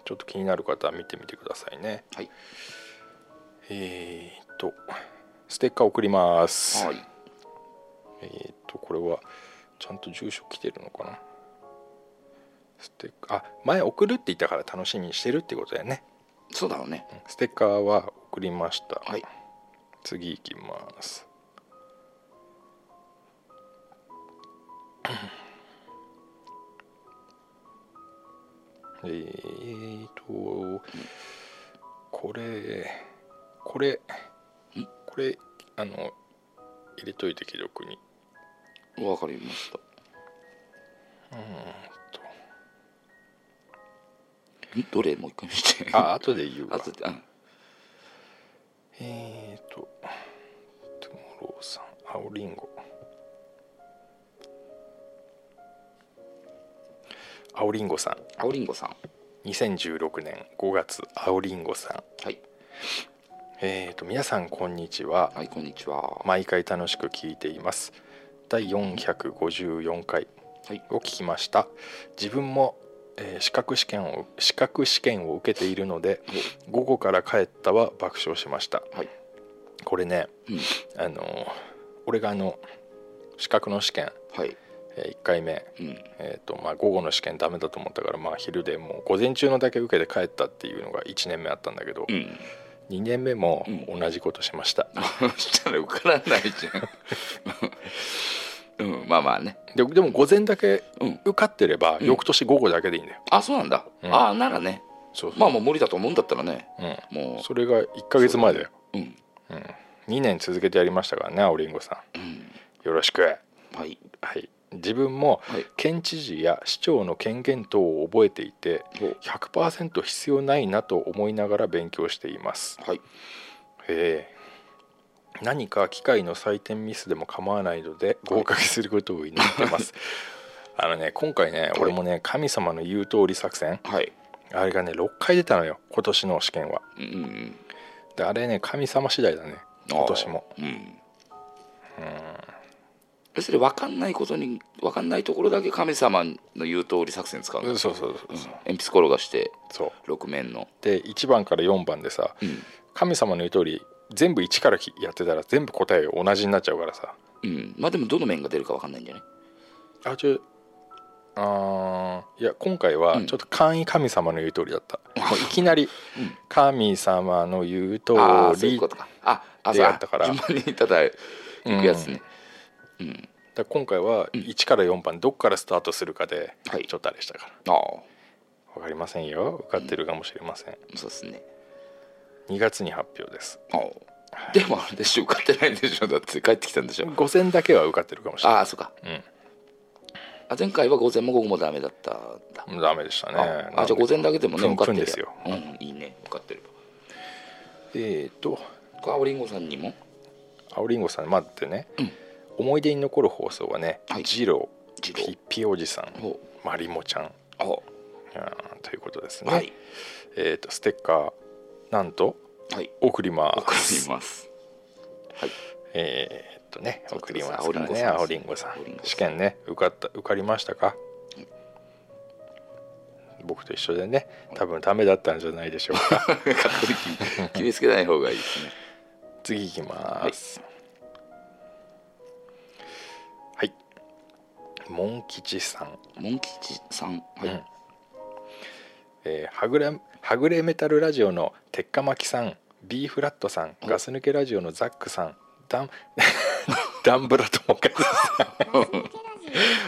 C: ちょっと気になる方は見てみてくださいね
D: はい。
C: えー、っとステッカー送ります、
D: はい。
C: えー、っとこれはちゃんと住所来てるのかなステッカーあ前送るって言ったから楽しみにしてるってことだよね
D: そうだろうね。
C: ステッカーは送りました、
D: はい。
C: 次行きます えーとこれこれこれあの入れといて記録に
D: わかりました。んどれもう一回見して。
C: あ後で言う
D: あ
C: わ
D: とで、うん
C: えーとトゥモローさん青りんご青りんごさん
D: 青りんごさん。
C: 2016年5月青りんごさん
D: はい。
C: えー、と皆さんこんにちは
D: はい、こんにちは。
C: 毎回楽しく聞いています第454回
D: はい。
C: を聞きました自分も、えー資格試験を資格試験を受けているので午後から帰ったは爆笑しました
D: はい。
C: これね
D: うん。
C: あの俺があの資格の試験、
D: はい。
C: え1回目、
D: うん。
C: えーとまあ、午後の試験ダメだと思ったから、まあ、昼でもう午前中のだけ受けて帰ったっていうのが1年目あったんだけど、
D: うん。
C: 2年目も
D: うん
C: 同じことしました、
D: そしたら受からないじゃん。 うん、まあまあね。
C: ででも午前だけ
D: うん
C: 受かってれば、
D: うん
C: 翌年午後だけでいいんだよ
D: あ、そうなんだ。
C: うん
D: あ、ならね。
C: そうそう
D: まあもう無理だと思うんだったらね。
C: うん
D: も
C: それが1ヶ月前だよ、
D: う。うん。
C: うん、2年続けてやりましたからね青りんごさ
D: うん。
C: んよろしく
D: はい。
C: はい自分も
D: はい。
C: 県知事や市長の権限等を覚えていて
D: ほう
C: 100%必要ないなと思いながら勉強しています
D: はい。
C: へえ何か機械の採点ミスでも構わないので合格することを祈ってます あのね今回ね
D: い
C: 俺もね神様の言う通り作戦
D: はい。
C: あれがね6回出たのよ今年の試験は
D: うんうんうん。
C: であれね神様次第だね
D: あー
C: 今年も。
D: うん。要するに分かんないことに分かんないところだけ神様の言う通り作戦使うの、
C: う
D: うんん、
C: そうそうそうそう
D: 鉛筆転がして
C: そう
D: 6面の、
C: で1番から4番でさ
D: うん
C: 神様の言う通り全部1からやってたら全部答えが同じになっちゃうからさ
D: うん、まあでもどの面が出るか分かんないんじゃない
C: あちょあーいや今回は
D: うん
C: ちょっと簡易神様の言う通りだった、もういきなり「神様の言う通
D: ああそうい
C: り
D: う」ことかああ
C: で
D: そう
C: やったから
D: 順番にただ行くやつね、
C: だから今回は1から4番どっからスタートするかで
D: はい
C: ちょっとあれしたから
D: ああ
C: 分かりませんよ受かってるかもしれません
D: そうですね
C: 2月に発表です
D: ああでもあれでしょ受かってないんでしょだって帰ってきたんでしょ
C: 5戦だけは受かってるかもしれない
D: ああそうか
C: うん
D: あ前回は午前も午後もダメだったんだ、
C: ダメでしたね
D: ああじゃあ午前だけでもね
C: プン
D: 受かってる
C: プンですよ
D: うんいいね受かってる
C: えっと
D: これ青りんごさんにも
C: 青りんごさん待ってね、思い出に残る放送はね、
D: はい
C: ジロー
D: ジロー
C: ピッピおじさん
D: ほ
C: マリモちゃん
D: あは
C: あーということです
D: い
C: ね、
D: はい
C: えっとステッカーなんと
D: はい
C: 送りま
D: わか
C: す
D: ります
C: えーっとね
D: そう
C: 送
D: で
C: り
D: す
C: ますからね青
D: 青
C: り
D: り
C: ん
D: ん
C: ご
D: ご
C: さ
D: さん
C: ん
D: 青りんごさん
C: 試験ね受かった受かりましたか、僕と一緒でね多分ダメだったんじゃないでしょう か
D: 決めつけない方がいいですね
C: 次いきますはい、モン吉さん、
D: モン吉さんはい、
C: うんえーはぐれはぐれメタルラジオの鉄火巻さん B フラットさんガス抜けラジオのザックさんダン ダンブラ友和さん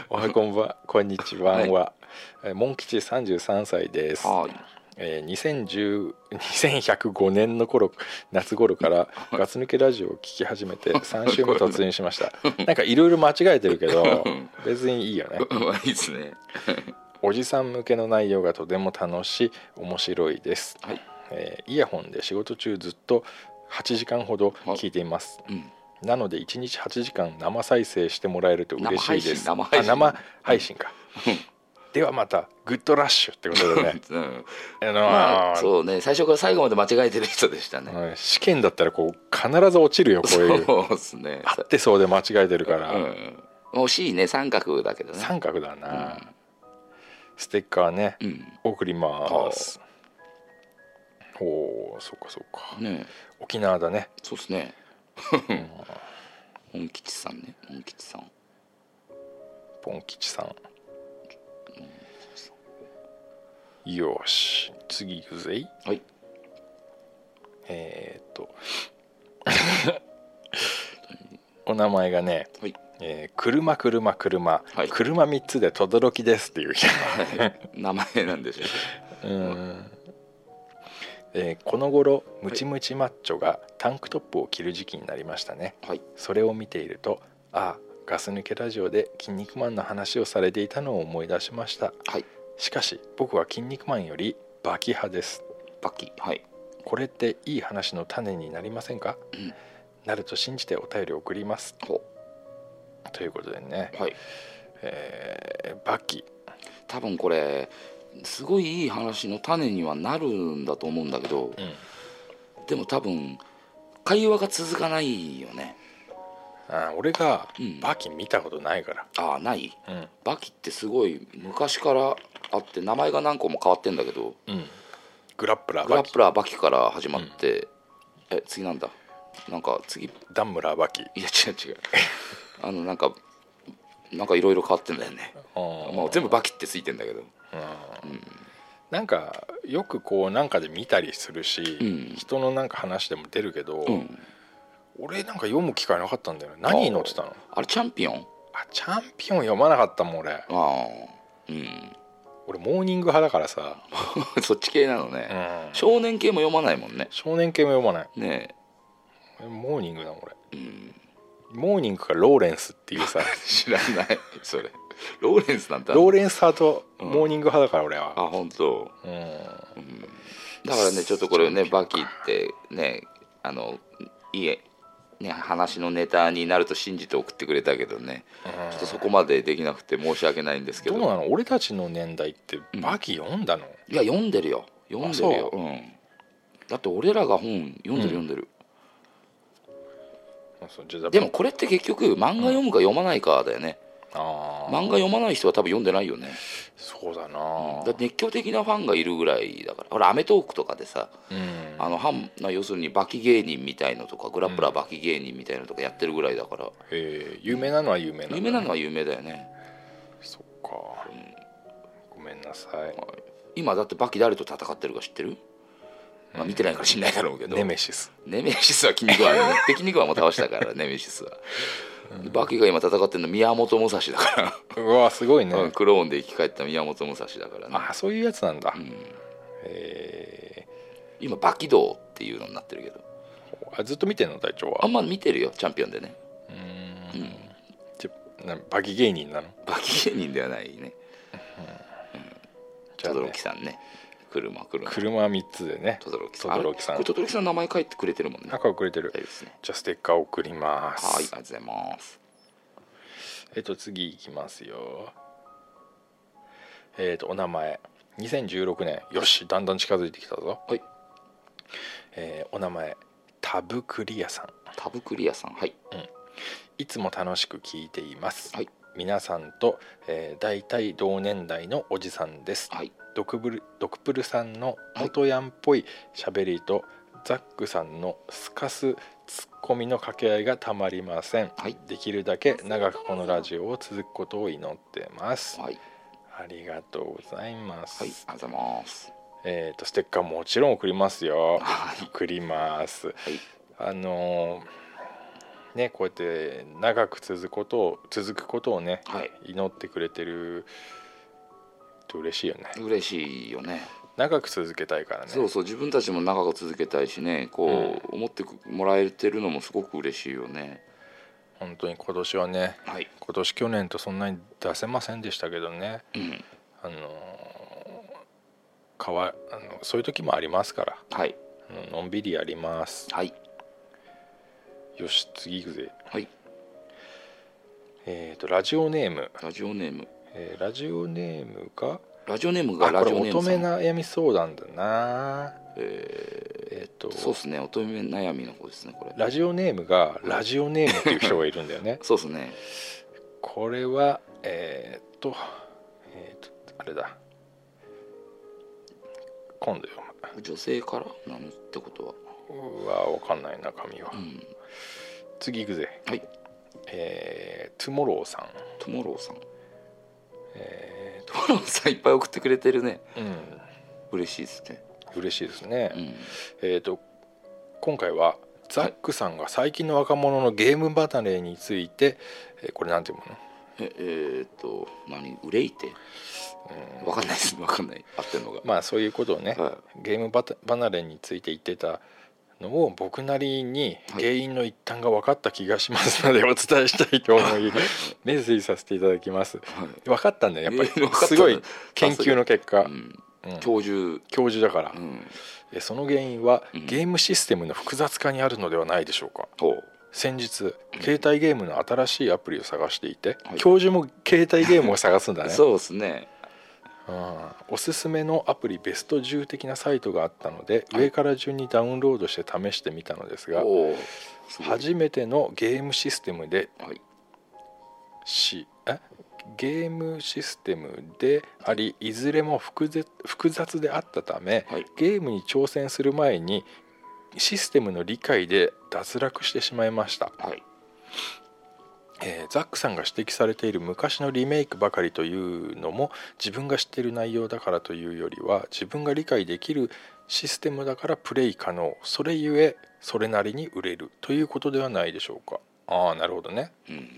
C: おはこんばんこんにちは、
D: はい
C: えーモン吉33歳です、
D: はい
C: えー、2010 2105年の頃夏頃からガス抜けラジオを聞き始めて3週目突入しました なんかいろいろ間違えてるけ ど別にいいよね
D: うまいですね
C: おじさん向けの内容がとても楽しい面白いです、
D: はい
C: えーイヤホンで仕事中ずっと8時間ほど聞いています、
D: うん
C: なので1日8時間生再生してもらえると嬉しいです
D: 生配信
C: あ
D: 生配信
C: 生配信かではまたグッドラッシュってことでね
D: うん
C: あのー
D: まあそうね最初から最後まで間違えてる人でしたね
C: うん試験だったらこう必ず落ちるよこういう
D: そうですね
C: 合ってそうで間違えてるから、
D: うん惜しいね三角だけどね
C: 三角だな、ステッカーね、
D: うん
C: 送りますおーそっかそっか
D: ね
C: 沖縄だね
D: そうで すね本吉さんね本吉さん
C: ポン吉さんよし次行くぜ
D: はい
C: えー、っと お名前がね
D: はい
C: えー車車車、
D: はい
C: 車3つで轟ですっていう人
D: 名前なんでしょ
C: えーこの頃ムチムチマッチョがタンクトップを着る時期になりましたね
D: うはい
C: それを見ているとああガス抜けラジオで「筋肉マン」の話をされていたのを思い出しました
D: はい
C: しかし僕は「筋肉マン」よりバキ派です
D: バッキーはい
C: これっていい話の種になりませんか、
D: ん
C: なると信じてお便りを送ります
D: ほ
C: ということでね、
D: はい
C: えーバキ
D: 多分これすごいいい話の種にはなるんだと思うんだけど、でも多分会話が続かないよね
C: あー俺が
D: うん
C: バキ見たことないから、
D: ああない
C: うん
D: バキってすごい昔からあって名前が何個も変わってんだけど
C: うんグラップラー
D: グラ
C: バ
D: ッ
C: キ
D: プラーバキから始まって、え次なんだなんか次い
C: ダンムラーバキ
D: や違う違う あのなんかなんかいろいろ変わってんだよね、
C: うん
D: まあ、全部バキってついてんだけど
C: なんかよくこうなんかで見たりするし、
D: うん
C: 人のなんか話でも出るけど、
D: うん
C: 俺なんか読む機会なかったんだよね何に載ってたの
D: あれチャンピオン
C: あチャンピオン読まなかったもん俺
D: ああうん
C: 俺モーニング派だからさ、
D: そっち系なの
C: う
D: ね、
C: ん、
D: 少年系も読まないもんね
C: 少年系も読まない
D: ね
C: 俺モーニングだもん俺
D: え、うん、
C: モーニングかローレンスって いうさ
D: 知らないそれローレンスなんてある
C: ローレンス派とモーニング派だから俺
D: あ
C: は、
D: 本当
C: うん
D: だからねちょっとこれねバキってねあのいいね話のネタになると信じて送ってくれたけどね、ちょっとそこまでできなくて申し訳ないんですけ
C: ど
D: ど
C: うなの俺たちの年代って
D: ん
C: バキ読んだの、
D: いや読んでるよ読んでるよ
C: あそう
D: うん、だって俺らが本読んでる読んでる、
C: あそうじゃあ
D: でもこれって結局漫画読むか読まないかだよね、
C: あー
D: 漫画読まない人は多分読んでないよね
C: そうだな
D: だって熱狂的なファンがいるぐらいだからほら『アメトーーク』とかでさ、
C: うん
D: あのハンな要するにバキ芸人みたいのとかグラップラーバキ芸人みたいのとかやってるぐらいだから、
C: えー有名なのは有名なの
D: 有名なのは有名だよね
C: そっか、ごめんなさい
D: 今だってバキ誰と戦ってるか知ってる、まあ、見てないから知んないだろうけど、
C: ネメシス
D: ネメシスは筋肉 はね敵肉はもう倒したからネメシスは、バキが今戦ってるの宮本武蔵だか
C: うわすごいね、
D: ら、うんクローンで生き返った宮本武蔵だからね
C: あそういうやつなんだ、
D: ん
C: え
D: 今バキ道っていうのになってるけど
C: ーあずっと見てんの隊長
D: あ
C: は
D: んま見てるよチャンピオンでね
C: うーんじゃなバギ芸人なの
D: バキ芸人ではないね
C: じゃあね
D: 轟さんね車車
C: 車3つでね
D: 轟さん
C: 轟さ
D: あ
C: ん
D: れこれ轟さんの名前書いてくれてるもんね
C: 中遅れて
D: 大
C: る
D: 丈夫ですね
C: じゃあステッカー送りま
D: はいあり
C: す
D: がとうございます
C: えっと次いきますよえっとお名前2016年よしだんだん近づいてきたぞ
D: はい
C: えーお名前タブクリアさん
D: タブクリアさんはい
C: いつも楽しく聞いています、
D: はい
C: 皆さんと、えー、大体同年代のおじさんです、
D: はい
C: ドクブルドクプルさんの元ヤンっぽい喋りと、ザックさんのすかすツッコミの掛け合いがたまりません、
D: はい
C: できるだけ長くこのラジオを続くことを祈ってます、
D: はい
C: ありがとうございます、
D: はいありがとうございます
C: えー、とステッカーもちろん送りますよ
D: はい
C: 送ります、
D: い
C: あのーねこうやって長く続くことを続くことをね、
D: はい
C: 祈ってくれてると嬉しいよね
D: 嬉しいよね
C: 長く続けたいからね
D: そうそう自分たちも長く続けたいしねこう思ってくもらえてるのもすごく嬉しいよね
C: 本当に今年はね
D: はい
C: 今年去年とそんなに出せませんでしたけどね
D: うん
C: あのーかわあのそういう時もありますから
D: はい
C: あののんびりやります
D: はい
C: よし次行くぜ
D: はい
C: えっ、とラジオネーム、
D: ラジオネーム
C: えーラジオネームが
D: ラジオネームが
C: あ
D: ラ
C: こ
D: ジ
C: れ
D: オネ
C: 乙
D: ームさ
C: 女
D: ん
C: 悩み相談だなえっ、と
D: そうですね乙女悩みの方ですねこれ
C: ラジオネームがラジオネームっていう人がいるんだよね
D: そうですね
C: これはえっ、とえっ、とあれだ今度よ
D: 女性からなのってことは
C: うわわかんない中身は、
D: ん
C: 次行くぜ
D: はい
C: えー、トゥモローさん
D: トモローさん
C: え
D: トモローさんいっぱい送ってくれてるね
C: ー、うん
D: 嬉しいですね
C: 嬉しいですね、
D: うん
C: えー、と今回はザックさんが最近の若者のゲーム離れについて、えーこれなんていうの
D: ええーっと何憂いてわかんないです わかんない合ってるのが
C: まあそういうことをね、
D: は
C: ゲームばた離れについて言ってたのを僕なりに
D: はい
C: 原因の一端が分かった気がしますのでお伝えしたいと思 いメッセージさせていただきます
D: はい
C: 分かったんだよやっぱ
D: えー分
C: り
D: かった
C: すごい研究の結果、
D: うん
C: うん
D: 教授
C: 教授だから、
D: うん
C: えその原因は
D: うん
C: ゲームシステムの複雑化にあるのではないでしょうか
D: ほう
C: 先日携帯ゲームの新しいアプリを探していて、
D: はい
C: 教授も携帯ゲームを探すんだね
D: そうですね
C: うんおすすめのアプリベスト10的なサイトがあったので上から順にダウンロードして試してみたのですが
D: おおすごい
C: 初めてのゲームシステムで
D: はい
C: しえゲームシステムでありいずれも複雑複雑であったため
D: はい
C: ゲームに挑戦する前にシステムの理解で脱落してしまいました
D: はい
C: えーザックさんが指摘されている昔のリメイクばかりというのも自分が知っている内容だからというよりは自分が理解できるシステムだからプレイ可能それゆえそれなりに売れるということではないでしょうかああなるほどね、
D: うん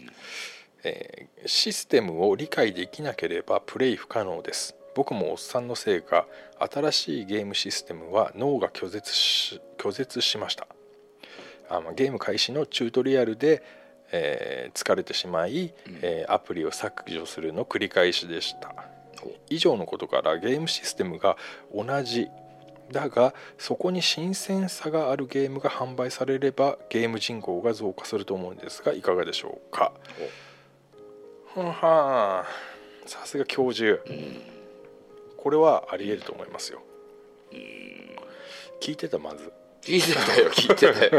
C: えーシステムを理解できなければプレイ不可能です僕もおっさんのせいか新しいゲームシステムは脳が拒絶し拒絶しましたあまあゲーム開始のチュートリアルで、えー疲れてしまい、えーアプリを削除するの繰り返しでした以上のことからゲームシステムが同じだがそこに新鮮さがあるゲームが販売されればゲーム人口が増加すると思うんですがいかがでしょうかはんはんさすが教授、これはあり得ると思いますよ、聞いてたまず
D: 聞いてたよ聞いてたよ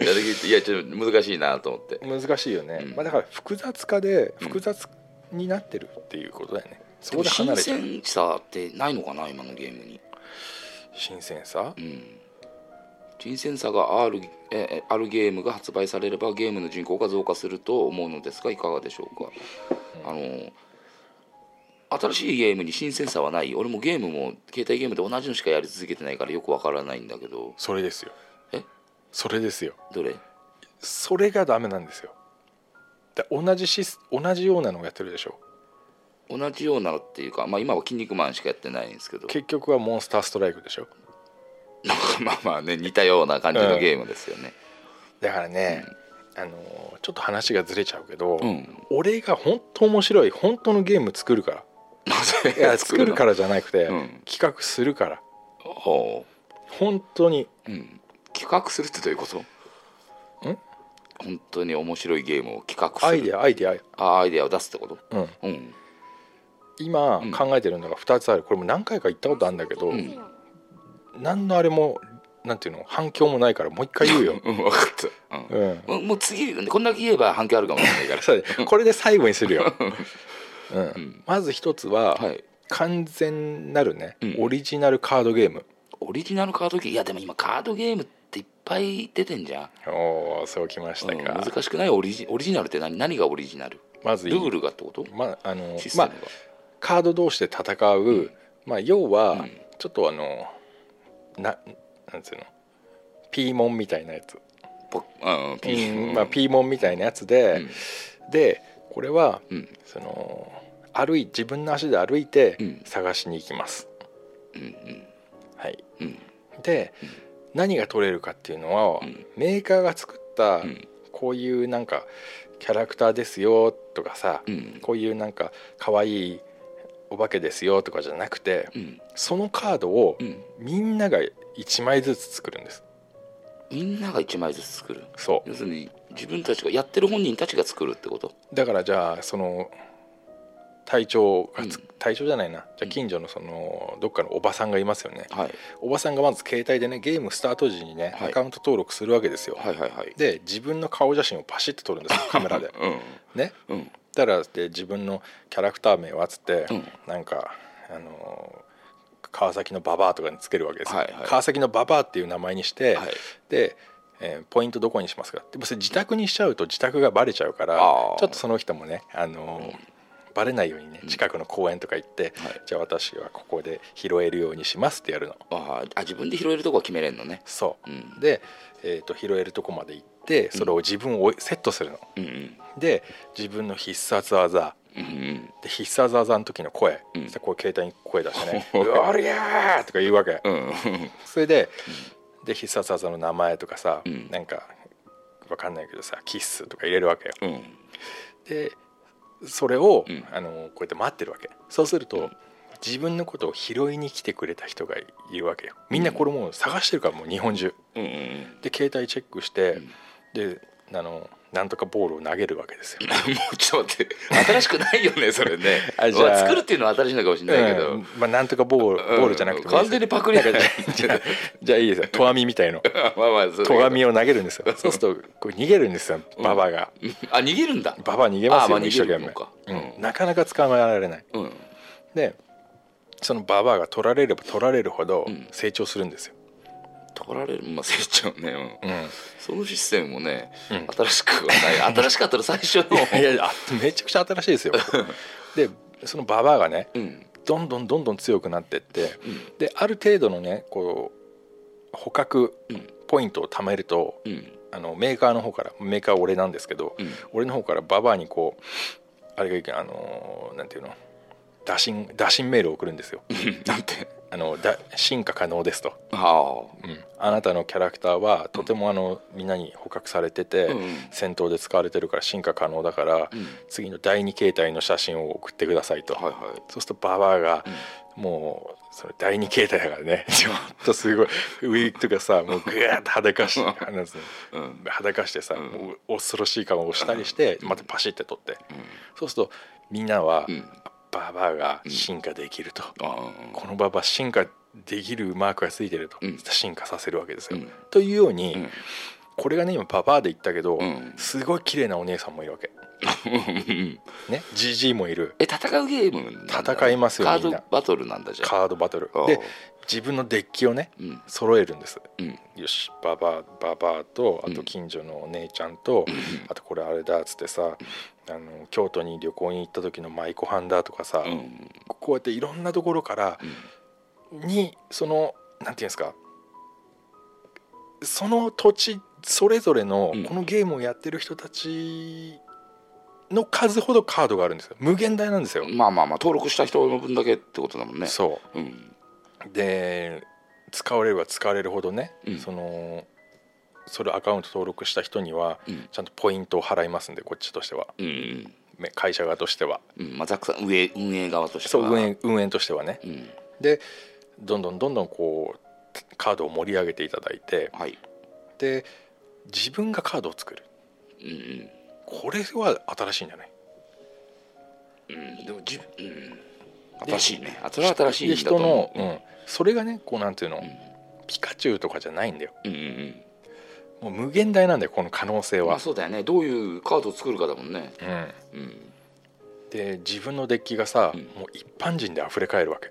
D: いやできていやちょっと難しいなと思って
C: 難しいよね、
D: うん
C: まあ、だから複雑化で
D: うん
C: 複雑になってるっていうことだよね、そこ
D: でも
C: で離
D: 新
C: れちゃう
D: 鮮さってないのかな今のゲームに
C: 新鮮さ
D: うん新鮮さがあるええあるゲームが発売されればゲームの人口が増加すると思うのですがいかがでしょうかあの新しいゲームに新鮮さはない俺もゲームも携帯ゲームで同じのしかやり続けてないからよくわからないんだけど
C: それですよ
D: え
C: それですよ
D: どれ
C: それがダメなんですよだ同じシス同じようなのをやってるでしょ
D: 同じようなのっていうか、まあ、今は「筋肉マン」しかやってないんですけど
C: 結局はモンスターストライクでしょ
D: なんかまあまあね似たような感じのゲームですよね、
C: だからね、あのちょっと話がずれちゃうけど、
D: うん
C: 俺が本当面白い本当のゲーム作るから
D: なぜ
C: い や作るかららじゃなくて、
D: うん
C: 企画するから本当に
D: うん企画するってどういうこと本当に面白いゲームを企画する
C: アイデアアイデア、
D: あアイデアを出すってこと
C: うん、
D: うん
C: 今
D: うん
C: 考えてるのが2つあるこれも何回か言ったことあるんだけど、
D: うん、
C: 何のあれもなんていうの反響もないからもう一回言うよ
D: うん分かったう
C: う
D: ん
C: ん、
D: もうもう次こんだけ言えば反響あるかもしれないから
C: そうだねこれで最後にするよ、うん
D: ん
C: まず一つは、
D: はい
C: 完全なるね、
D: うん
C: オリジナルカードゲーム
D: オリジナルカードゲームいやでも今カードゲームっていっぱい出てんじゃん、
C: おおそうきまし
D: う
C: た
D: ん
C: か、
D: 難しくないオリジオリジナルって何何がオリジナル
C: まずい
D: ルールがってこと
C: まああの
D: システ
C: ま
D: ム
C: あ
D: が、
C: カード同士で戦う、
D: うん
C: まあ要は、
D: うん
C: ちょっとあのななんつうのピーモンみたいなやつ、
D: ポうんピー
C: まあ、ピーモンみたいなやつで、でこれは
D: うん
C: その歩い自分の足で歩いて
D: うん
C: 探しに行きます、
D: うんうん
C: はい、
D: うん
C: で、何が取れるかっていうのは、
D: うん
C: メーカーが作った
D: うん
C: こういうなんかキャラクターですよとかさ、
D: うん
C: こういうなんか可愛いお化けですよとかじゃなくて
D: うん
C: そのカードを
D: うん
C: みんなが1枚ずつ作るんです
D: みんなが1枚ずつ作る
C: そ
D: 要するに自分たちがやってる本人たちが作るってこと
C: うだからじゃあその隊長がつ、
D: うん
C: 隊長じゃないなじゃあ近所のそのどっかのおばさんがいますよね
D: はい
C: おばさんがまず携帯でねゲームスタート時にね、
D: は
C: ア
D: い
C: カウント登録するわけですよ、
D: はいはいはい
C: で自分の顔写真をパシッと撮るんですよカメラ でね
D: うんうん
C: だからで自分のキャラクター名はつって、
D: うん
C: なんかあのー川崎のババアとかにつけるわけですよ、
D: はいはい
C: 川崎のババアっていう名前にして、
D: はい
C: で、えーポイントどこにしますかでもそれ自宅にしちゃうと自宅がバレちゃうからち
D: あ
C: ょ
D: ー
C: っとその人もね、あのーバレないようにね近くの公園とか行って、
D: はい
C: じゃあ私はここで拾えるようにしますってやるの
D: あーあ自分で拾えるとこは決めれんのね
C: そう、
D: うん
C: で、えー、と拾えるとこまで行ってそれを自分を追いセットするの、
D: うんうん
C: で自分の必殺技
D: うんうん
C: で必殺技の時の声、
D: うん
C: そしたらこう携帯に声出して ね「おりゃー!」とか言うわけ、
D: うん
C: それで,、で必殺技の名前とかさ、
D: うん
C: なんかわかんないけどさ「キッス」とか入れるわけよ
D: うん
C: でそれを、
D: うん
C: あのこうやって待ってるわけそうすると、
D: うん
C: 自分のことを拾いに来てくれた人がいるわけよみんなこれもう探してるからもう日本中
D: うんうん
C: で携帯チェックして、
D: ん
C: であのなんとかボールを投げるわけですよ
D: もうちょっと待って新しくないよねそれ ね
C: あじゃあ
D: ま作るっていうのは新しいのかもしれないけど、
C: うんまあ、なんとかボール、ボールじゃなくてもいい
D: 完全にパクリだから
C: じ ゃあじゃあいいですよ とわみみたいの
D: まあまあ そうだけど
C: とがみを投げるんですよそうするとこう逃げるんですよババアが、
D: あ逃げるんだ
C: ババア逃げます
D: あ
C: よ、
D: まあ
C: 一生懸
D: 逃げるのか
C: 命、うん、なかなか捕まえられない
D: うん
C: でそのババアが取られれば取られるほど
D: ん
C: 成長するんですよ、
D: 取られるまあ成長ね、う、
C: うんん
D: そのシステムもね、
C: うん
D: 新しくはない 新しかったら最初の
C: いやいやあ めちゃくちゃ新しい ですよでそのババアがね
D: うん
C: どんどんどんどん強くなってって、である程度のねこう捕獲
D: うん
C: ポイントを貯めると、
D: うん
C: あのメーカーの方からメーカーは俺なんですけど、
D: うん
C: 俺の方からババアにこうあれがいいかなあのーなんていうの打診打診メールを送るんですよ
D: なんて
C: あのだ進化可能ですと、
D: は
C: うんあなたのキャラクターはとてもあの、みんなに捕獲されてて、
D: うん
C: 戦闘で使われてるから進化可能だから、
D: ん
C: 次の第二形態の写真を送ってくださいと、
D: あはいはい
C: そうするとババアが、もうその第二形態だから ねちょっとすごいウィークとかさもうグーッと裸しなんつうの
D: うん
C: 裸してさ、
D: ん
C: もう恐ろしい顔をしたりして、またパシッて撮って、そうするとみんなは、
D: うん
C: ババアが進化できると、
D: あ
C: このババア進化できるマークがついてると、
D: うん
C: 進化させるわけですよ。
D: うん
C: というように、
D: うん
C: これがね今ババアで言ったけど、
D: うん
C: すごい綺麗なお姉さんもいるわけ。
D: ー
C: ね、ジジイもいる
D: え戦うゲームなんだ
C: 戦いますよ
D: カ
C: みん
D: ー
C: な
D: ドバトルなんだじゃあ
C: カードバトル
D: ああ
C: で自分のデッキをね
D: うん
C: 揃えるんです。
D: うん
C: よしババアババアとあ
D: う
C: と
D: ん
C: 近所のお姉ちゃんと、あとこれあれだっつってさあの京都に旅行に行った時の舞妓はんだとかさ、
D: うん
C: こうやっていろんなところからにそのなんていうんですかその土地それぞれの
D: うん
C: このゲームをやってる人たちの数ほどカードがあるんですよ無限大なんですよ。
D: まあまあまあ登録した人の分だけってことだもんね、
C: そう
D: ん、
C: うで使われれば使われるほどね、
D: うん
C: そのそれアカウント登録した人には
D: うん
C: ちゃんとポイントを払いますんでこっちとしては
D: うん
C: め会社側としては
D: うんまあ、ザックさん運営運営側として
C: そう
D: は
C: 運営運営としてはね
D: うん
C: でどんどんどんどんこうカードを盛り上げていただいて
D: はい、
C: で自分がカードを作る
D: うんうん
C: これは新しいんじゃない
D: うん、でもじ、うん、
C: で
D: 新しいねあそれは新しい
C: で
D: んだと
C: 人
D: 思
C: の
D: う、
C: うんそれがねこうなんていうの、
D: ん
C: ピカチュウとかじゃないんだよ
D: うんうんうん
C: もう無限大なんだよこの可能性
D: まあ、
C: は、
D: そうだよねどういうカードを作るかだもんね、
C: うん、
D: うん、
C: で自分のデッキがさ、
D: うん
C: もう一般人で溢れ返るわけ、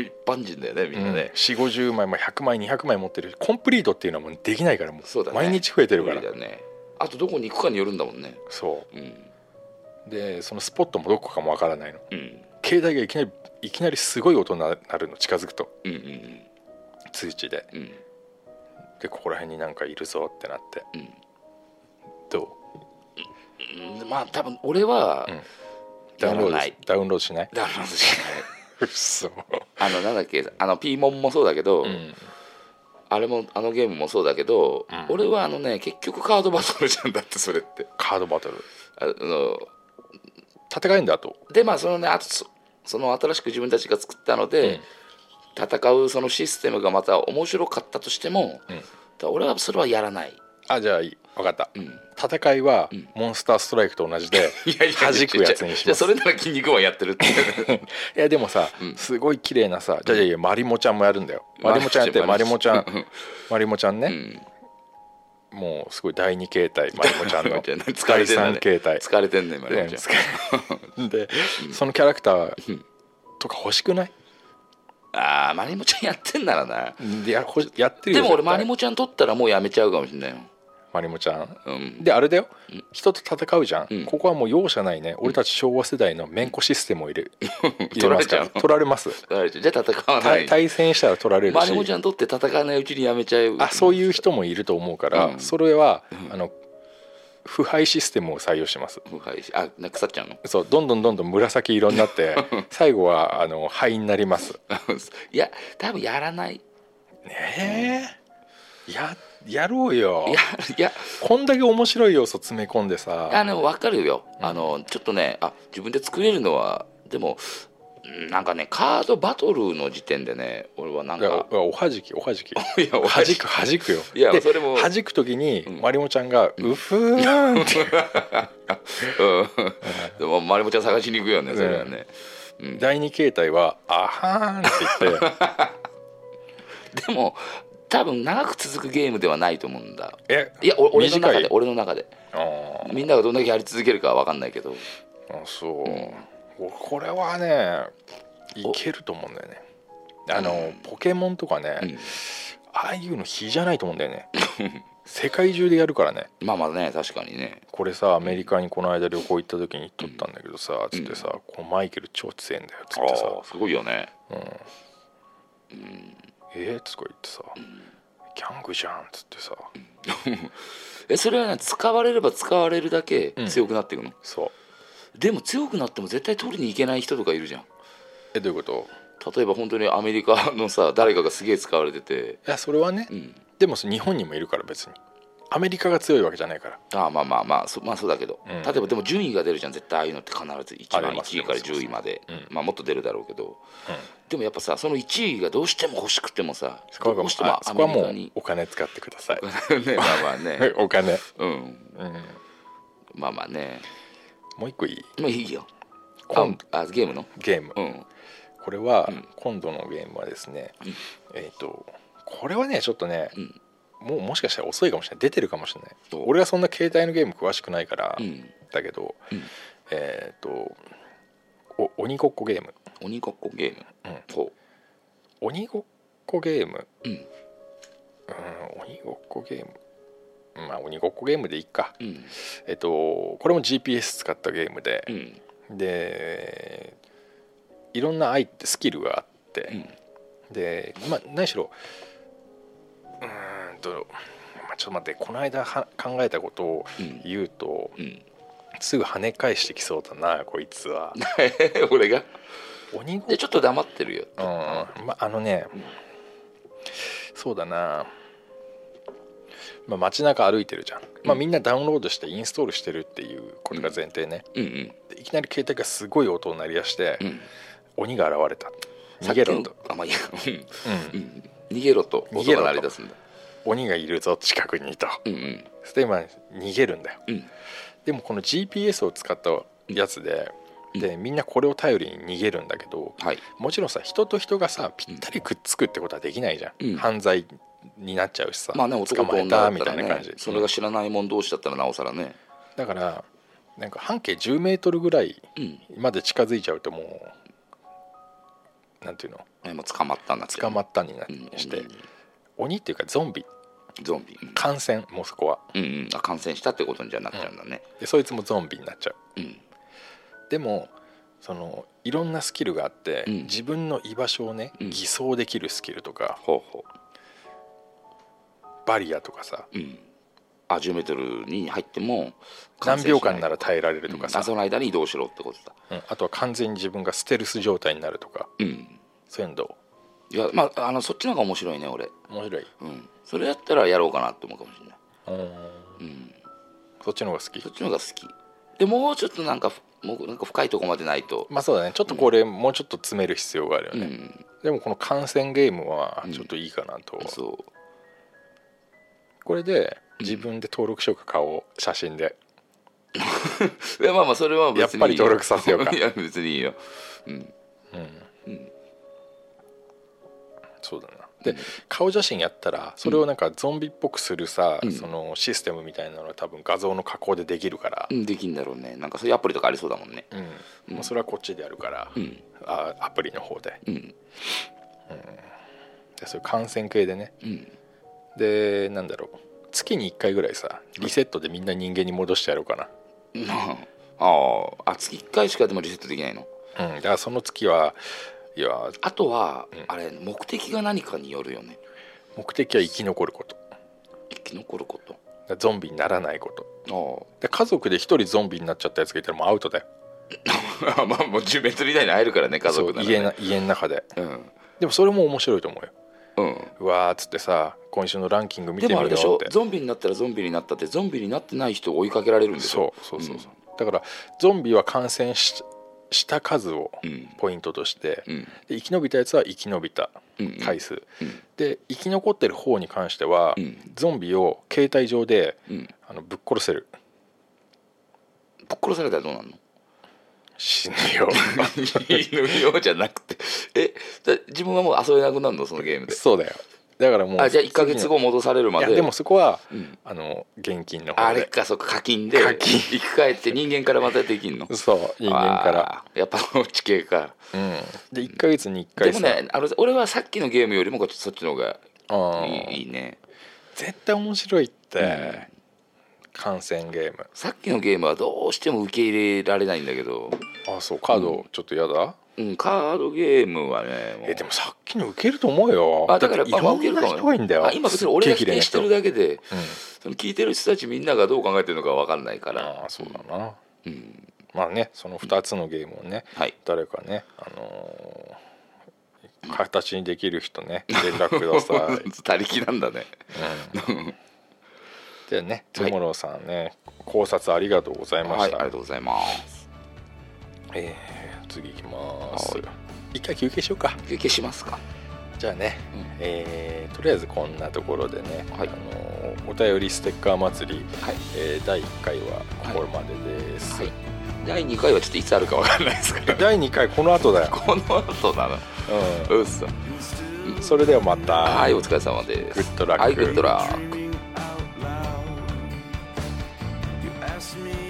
D: 一般人だよねみんなね、
C: 4 5 0枚、まあ、100枚200枚持ってるコンプリートっていうのはもうできないからもう
D: そうだね
C: 毎日増えてるか
D: 無
C: ら
D: 理だよねあとどこに行くかによるんだもんね
C: そ
D: うん
C: うでそのスポットもどこかもわからないの
D: うん
C: 携帯がいきなりいきなりすごい音になるの近づくと
D: うんうん
C: 通知で
D: うん
C: でここら辺になんかいるぞってなって
D: うん
C: ど
D: うんまあ多分俺は
C: うんうダ
D: や
C: ウンロード
D: らな
C: し
D: い
C: ダウンロードしない
D: だからしか
C: 嘘
D: ない あのなんだっけあのピーモンもそうだけど、
C: うん
D: あれもあのゲームもそうだけど、
C: うん
D: 俺はあのね結局カードバトルじゃんだってそれって
C: カードバトル
D: あの
C: 戦えんだと
D: でまあそのねあとそその新しく自分たちが作ったので、戦うそのシステムがまた面白かったとしても、
C: うん
D: だから俺はそれはやらない、
C: あじゃあいい分かった
D: うん、い
C: 戦いは
D: ん
C: モンスターストライクと同じで
D: や い
C: 弾くやつにし
D: じ
C: ま
D: ゃあそ
C: す
D: れなら筋肉はやってるって
C: いやでもさ
D: ん
C: すごい綺麗なさじゃあいやいやマリモちゃんもやるんだよマリモちゃんやってマ
D: マ
C: リ
D: リ
C: モ
D: モ
C: ち
D: ち
C: ゃ
D: ゃん
C: んマリモちゃん
D: う
C: ね
D: ん
C: もうすごい第二形 態マリモちゃんの
D: 疲れてんだね
C: 第三形態
D: 疲れてんね今ね
C: ねでそのキャラクターとか欲しくない
D: ああマリモちゃんやってんならない
C: やほやってる
D: で
C: よ
D: も俺
C: 絶対
D: マリモちゃん取ったらもうやめちゃうかもしんないよ
C: マリモちゃん
D: うん
C: であれだよ人と戦うじゃん、
D: うん
C: ここはもう容赦ないね俺たち昭和世代のめんこシステムを入れ入れ
D: 取ら
C: ま
D: れ
C: す
D: ち
C: か
D: ゃう
C: ら
D: の
C: 取られます
D: 疲れちゃうじゃあ戦わな
C: 対
D: い
C: 対戦したら取られるし
D: マリモちゃん取って戦わないうちにやめちゃう
C: あそういう人もいると思うから、
D: うん
C: それは、あの腐敗システムを採用します
D: 腐敗しあな腐っちゃうの
C: そうどんどんどんどん紫色になって 最後はあの灰になります
D: いや多分やらない
C: ねえややろうよ
D: いやいや
C: こんだけ面白い要素詰め込んで
D: あ
C: さ
D: の分かるよ、あのちょっとねあ自分で作れるのはでもうんなんかねカードバトルの時点でね俺はなん
C: いや
D: か
C: おおはじきおはじき
D: いやお
C: は
D: は
C: じ
D: じ
C: くはじくよ
D: いや
C: で
D: それも
C: はじく時に、
D: ん
C: マリモちゃんが「うふーん」って
D: うんでもマリモちゃん探しに行くよねそれはね、
C: 第二形態は「あはーん」って言っ
D: でも多分長く続くゲームではないと思うんだ
C: てえ
D: いやお俺の中
C: 短い
D: で俺の中で
C: あ
D: みんながどんだけやり続けるかは分かんないけど
C: ーあそう、おこれはねいけると思うんだよねあのポケモンとかね、
D: うん
C: ああいうの比じゃないと思うんだよ ね世界中でやるからね
D: まあまあね確かにね
C: これさアメリカにこの間旅行行った時に撮ったんだけどさ、つってさ「こうマイケル超強えんだよ」つってさ
D: あーすごいよね
C: 「えっ?」つか言ってさ「ギャングじゃん」つってさ
D: えそれはね使われれば使われるだけ強くなっていくの、
C: そう
D: でも強くなっても絶対取りに行けない人とかいるじゃん
C: えどういうこと
D: 例えば本当にアメリカのさ誰かがすげえ使われてて、
C: いやそれはね、
D: うん、
C: でもそ日本にもいるから別にアメリカが強いわけじゃないから
D: ああまあまあまあそ,、まあ、そうだけど、
C: うん
D: 例えばでも順位が出るじゃん絶対ああいうのって必ず一
C: あ
D: 番
C: ります
D: 1位か
C: あ
D: ら
C: ります
D: 10位まで
C: うん
D: まあ、もっと出るだろうけど、でもやっぱさその1位がどうしても欲しくてもさ
C: そこは
D: ど
C: もう
D: うしても
C: あ
D: ア
C: そこは
D: メリ
C: も
D: カ
C: う
D: に
C: お金使ってください
D: ねまあまあね
C: お金、
D: うん
C: うん、
D: まあまあね
C: もう一個いい
D: まあいいよあ
C: 今
D: あゲームの
C: ゲーム
D: うん
C: これは、
D: うん
C: 今度のゲームはですね、えっ、とこれはねちょっとね、
D: うん
C: もうもしかしたら遅いかもしれない出てるかもしれない
D: どう
C: 俺はそんな携帯のゲーム詳しくないから、
D: うん
C: だけど、
D: うん
C: えっ、とお鬼ごっこゲーム
D: 鬼ごっこゲーム、
C: うん
D: ほ
C: 鬼ごっこゲーム
D: ううん
C: うん鬼ごっこゲームまあ鬼ごっこゲームでいいか
D: うん
C: えっとこれも GPS 使ったゲームで
D: う、ん
C: でいろんな愛ってスキルがあって、で、まあ、何しろうーんと、まあ、ちょっと待ってこの間は考えたことを
D: うん
C: 言うと、
D: うん
C: すぐ跳ね返してきそうだなこいつ は
D: 俺が
C: 鬼ごっ
D: でちょっと黙ってるよ
C: うんまああのねそうだなまあ、街中歩いてるじゃん、まあ、みんなダウンロードしてインストールしてるっていうこれが前提ね、
D: うんうん
C: でいきなり携帯がすごい音を鳴り出して、
D: うん
C: 鬼が現れた逃げろと
D: さっきのあまあいいやうん
C: う
D: うんん逃げろと
C: 逃
D: 音
C: げろと
D: が鳴り出すんだ
C: 鬼がいるぞ近くにと
D: うんうん
C: そして今逃げるんだよ
D: うん
C: でもこの GPS を使ったやつで、
D: うん
C: でみんなこれを頼りに逃げるんだけど、
D: はい
C: もちろんさ人と人がさぴったりくっつくってことはできないじゃん、
D: うん
C: 犯罪になっちゃうしさ、
D: まあね男
C: 捕
D: と
C: まえ
D: 女
C: た
D: だっ
C: み
D: た
C: たい
D: ら
C: な感
D: ね
C: じ
D: それが知らないもん同士だったらなおさらね
C: だからなんか半径10メートルぐらい
D: うん
C: まで近づいちゃうともうなんていうの
D: えまあ捕まったんだ
C: 捕まったにな
D: うん
C: して、鬼っていうかゾンビ
D: ゾンビうん
C: 感染もうそこは
D: うんうんあ感染したってことにじゃなっちゃうんだね
C: でそいつもゾンビになっちゃう
D: うん
C: でもそのいろんなスキルがあって、
D: うん
C: 自分の居場所をね
D: うん
C: 偽装できるスキルとか、
D: ほうほ
C: バリアとかさ
D: ううんあ10メートルに入っても
C: 何秒間な
D: ら
C: ら耐えられるとかさ、
D: 謎の間に移動しろってことだ
C: うんあとは完全に自分がステルス状態になるとか
D: うん
C: そういうのど
D: いやまああのそっちの方が面白いね俺
C: う面白い
D: うんそれやったらやろうかなって思うかもしれないう
C: ーん
D: うん
C: そっちの方が好き
D: そっちの方が好きでもうちょっとなんかもうなんか深いとこまでないと、
C: まあそうだねちょっとこれもうちょっと詰める必要があるよ
D: う
C: ね、
D: ん
C: でもこの観戦ゲームは
D: うん
C: ちょっといいかなと、
D: そ
C: これで
D: うん
C: 自分で登録しようか顔を写真で
D: ういやまあまあそれは別に
C: やっぱり登録させようか
D: いや別にいいようん
C: うん、
D: うん
C: そうだなで顔写真やったらそれをなんかゾンビっぽくするさ、
D: うん
C: そのシステムみたいなのは多分画像の加工でできるから
D: う、んできんだろうねなんかそういうアプリとかありそうだもんね
C: うんもうそれはこっちでやるから、
D: うん
C: あアプリの方で
D: うん
C: でそういう感染系でね
D: うん
C: でなんだろう月に1回ぐらいさリセットでみんな人間に戻してやろうか
D: な ああああ月1回しかでもリセットできないの
C: な、うん、だからその月はいや
D: あとは、
C: ん
D: あれ目的が何かによるよね
C: 目的は生き残ること
D: 生き残ること
C: ゾンビにならないこと
D: ああ
C: で家族で一人ゾンビになっちゃったやつがいたらもうアウトだよ
D: まあまあもう10メートル以内に会えるからね家族なら、
C: そう家な
D: ね、
C: 家の中で
D: うん
C: でもそれも面白いと思うよ
D: うん
C: うわーっつってさ今週のランキング見てみ
D: でもあ
C: ようっ
D: れ
C: て
D: でしょゾンビになったらゾンビになったってゾンビになってない人を追いかけられるんでしょ
C: そうそうそうそう、だからゾンビは感染しした数を
D: うん
C: ポイントとして、
D: うん
C: で生き延びたやつは生き延びた
D: うん
C: 回数、
D: うん
C: で生き残ってる方に関しては、
D: うん
C: ゾンビを携帯上で
D: うん
C: あのぶっ殺せる
D: ぶっ殺されたらどうなんの
C: 死ぬよ
D: 犬よじゃなくてえだ自分はもう遊べなくなるの そのゲームで
C: そうだよだからもう
D: あじゃあ1か月後戻されるま
C: いや
D: で
C: でもそこは、
D: ん
C: あの現金の
D: あ
C: 方
D: れ
C: で
D: かそっか課金で
C: 課金
D: 生き返って人間からまたできんの
C: そう人間から
D: あーやっぱそっち系か
C: うんで1か月に1
D: で
C: 回
D: も
C: さ、
D: ねあの俺はさっきのゲームよりもこっちそっちの方が
C: あー
D: いいいいね
C: 絶対面白いって、
D: うん
C: 感染ゲーム
D: さっきのゲームはどうしても受け入れられないんだけど、
C: あそうカードちょっとやだ、
D: うん、カードゲームはねもう
C: えでもさっきの受けると思うよ
D: あだから
C: っていろんな人がいんだよ、
D: あ今別に俺が
C: す
D: 否
C: っげえ
D: 定してる
C: 綺麗な人
D: だけで、
C: うん
D: その聞いてる人たちみんながどう考えてるのか分かんないから
C: ああそうだな
D: うん
C: まあねその2つのゲームをね、
D: はい
C: 誰かねあのー形にできる人 ね連絡ください。
D: 他力なんだね
C: でね、トゥモローさんね、考察ありがとうございま
D: はいあ
C: し
D: り
C: た。
D: がとうございます
C: えー次行きます
D: は。
C: 一回休憩しようか。
D: 休憩しますか
C: じゃあね、
D: うん
C: えーとりあえずこんなところでね、
D: はい
C: あのーお便りステッカー祭り、
D: はい
C: えー第1回はこれまでです。
D: はい第2回はちょっといつあるか分かんないですか ら
C: 第2回この後だよ。
D: この後なの
C: う
D: うっそ
C: ん、それではまた。
D: はいお疲れ様です
C: グッドラック
D: はいグッドラック
E: dreaming out loud. You asked me